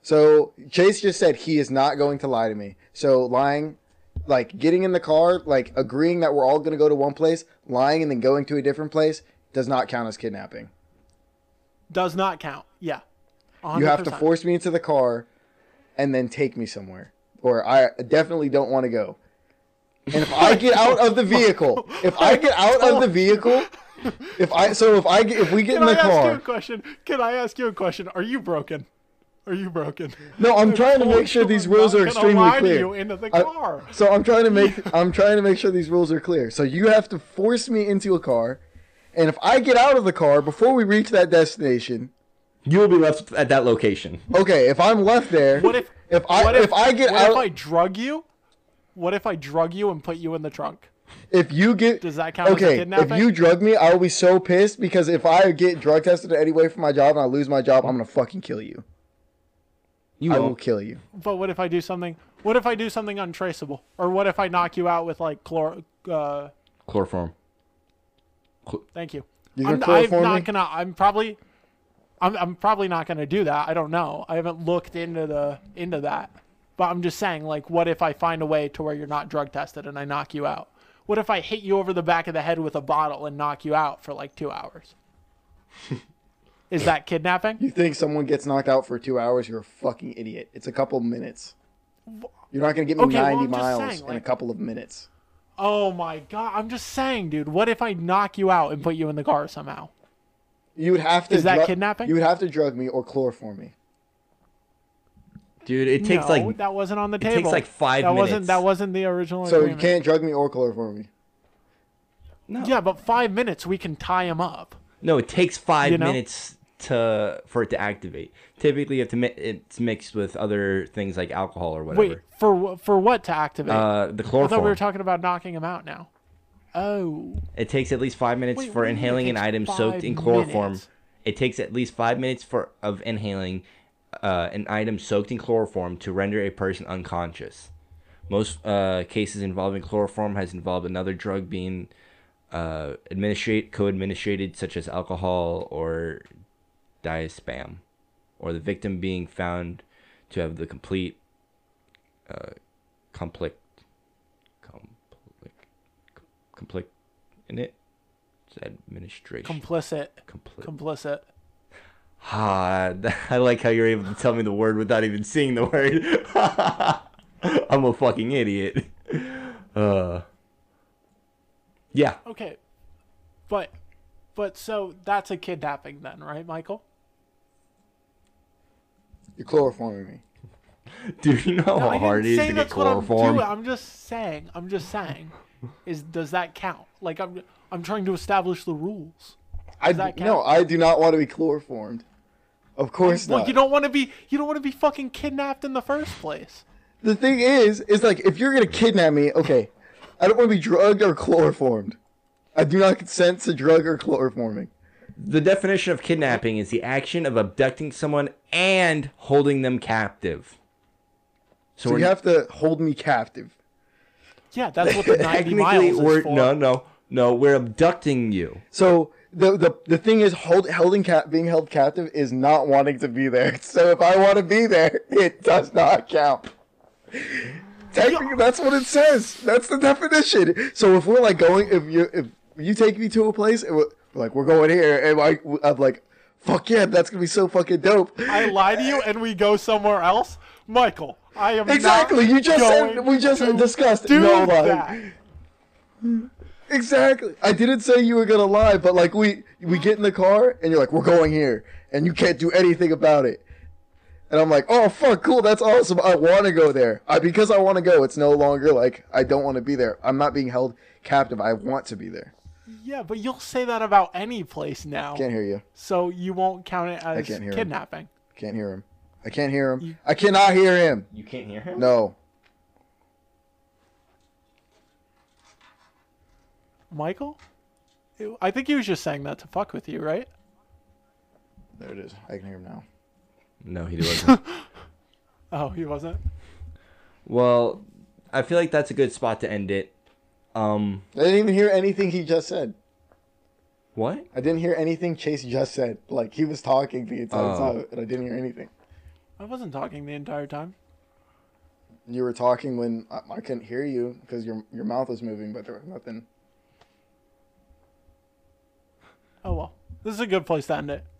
E: So Chase just said he is not going to lie to me. So lying, like getting in the car, like agreeing that we're all going to go to one place, lying and then going to a different place does not count as kidnapping.
A: Does not count. Yeah.
E: You have to
A: 100%.
E: force me into the car and then take me somewhere. Or I definitely don't want to go. And if I get out of the vehicle, if I get out of the vehicle, if I so if I get, if we get
A: Can
E: in
A: I
E: the
A: ask you a
E: car,
A: question? Can I ask you a question? Are you broken? Are you broken?
E: no, I'm trying to make sure these rules are extremely
A: lie To you
E: clear.
A: into the
E: I-
A: car.
E: So I'm trying to make I'm trying to make sure these rules are clear. So you have to force me into a car, and if I get out of the car before we reach that destination,
D: You will be left at that location.
E: okay, if I'm left there,
A: What if
E: if I
A: what
E: if, I get
A: what
E: out
A: if I drug you? What if I drug you and put you in the trunk?
E: If you get
A: Does that count as a
E: okay,
A: kidnapping?
E: if you drug me, I will be so pissed because if I get drug tested in any way for my job and I lose my job, I'm gonna fucking kill you.
D: You
E: I will
D: won't.
E: kill you.
A: But what if I do something? What if I do something untraceable? Or what if I knock you out with like chlor? Uh,
D: Chloroform.
A: thank you.
E: You gonna
A: I'm, I'm
E: chloroform
A: not
E: me?
A: gonna. I'm probably. I'm, I'm probably not gonna do that. I don't know. I haven't looked into the into that. But I'm just saying, like, what if I find a way to where you're not drug tested and I knock you out? What if I hit you over the back of the head with a bottle and knock you out for like two hours? Is that kidnapping?
E: You think someone gets knocked out for two hours? You're a fucking idiot. It's a couple minutes. You're not gonna get me
A: Okay, well,
E: 90
A: I'm just
E: miles
A: saying,
E: in a
A: like-
E: couple of minutes.
A: Oh my god! I'm just saying, dude. What if I knock you out and put you in the car somehow?
E: You would have to.
A: Is that
E: drug-
A: kidnapping?
E: You would have to drug me or chloroform me.
D: Dude, it takes
A: no,
D: like
A: that wasn't on the
D: takes
A: table.
D: like five
A: that
D: minutes.
A: Wasn't, that wasn't the original
E: So you
A: agreement.
E: can't drug me or chloroform me.
D: No.
A: Yeah, but five minutes we can tie him up.
D: No, it takes five
A: You know?
D: minutes to for it to activate. Typically, you have to mi- it's mixed with other things like alcohol or whatever.
A: Wait for wh- for what to activate?
D: Uh, the
A: I thought
D: chloroform.
A: we were talking about knocking him out now. Oh,
D: it takes at least five minutes
A: Wait, what
D: for
A: do you mean it
D: inhaling an
A: takes
D: item soaked
A: five
D: in chloroform.
A: minutes?
D: It takes at least five minutes for of inhaling uh, an item soaked in chloroform to render a person unconscious. Most uh, cases involving chloroform has involved another drug being uh, administrate co-administrated, such as alcohol or diazepam, or the victim being found to have the complete uh, complex complex complex in it. It's administration.
A: complicit,
D: Compli-
A: complicit.
D: ah, I like how you're able to tell me the word without even seeing the word. I'm a fucking idiot. Uh, yeah.
A: Okay, but but so that's a kidnapping then, right, Michael?
E: You're chloroforming me.
D: Dude, you know how
A: I
D: hard
A: didn't
D: it is
A: say
D: to get
A: that's what I'm
D: chloroform?
A: doing. I'm just saying. I'm just saying. Is does that count? Like I'm I'm trying to establish the rules.
E: I
A: that count?
E: no, I do not want to be chloroformed. Of course
A: Well,
E: not.
A: you don't want to be you don't want to be fucking kidnapped in the first place.
E: the thing is, is like if you're gonna kidnap me, okay, I don't want to be drugged or chloroformed. I do not consent to drug or chloroforming.
D: The definition of kidnapping is the action of abducting someone and holding them captive. So,
E: So
D: we're
E: you have to hold me captive.
A: Yeah, that's what the 90 miles
D: technically
A: is
D: we're
A: for.
D: no no no we're abducting you.
E: So the the, the thing is, hold, holding cap, being held captive is not wanting to be there. So if I want to be there, it does not count. Technically, that's what it says. That's the definition. So if we're like going, if you if you take me to a place, and we're, like we're going here, and I, I'm like, fuck yeah, that's gonna be so fucking dope.
A: I lie to you and we go somewhere else, Michael. I am not
E: Exactly. You just said
A: going
E: we just
A: to
E: discussed.
A: do
E: no lie.
A: that.
E: Exactly. I didn't say you were gonna lie, but like we we get in the car and you're like, we're going here, and you can't do anything about it. And I'm like, oh fuck, cool, that's awesome. I want to go there. I because I want to go. It's no longer like I don't want to be there. I'm not being held captive. I want to be there.
A: Yeah, but you'll say that about any place now.
E: Can't hear you.
A: So you won't count it as
E: can't hear him.
A: kidnapping.
E: Can't hear him. I can't hear him. I cannot hear him.
D: You can't hear him.
E: No.
A: Michael? I think he was just saying that to fuck with you, right?
E: There it is. I can hear him now.
D: No, he wasn't.
A: Oh, he wasn't.
D: well, I feel like that's a good spot to end it. Um,
E: I didn't even hear anything he just said.
D: what?
E: I didn't hear anything Chase just said. Like he was talking the entire
D: Oh.
E: time, and I didn't hear anything.
A: I wasn't talking the entire time.
E: You were talking when I, I couldn't hear you because your your mouth was moving, but there was nothing.
A: Oh well. This is a good place to end it.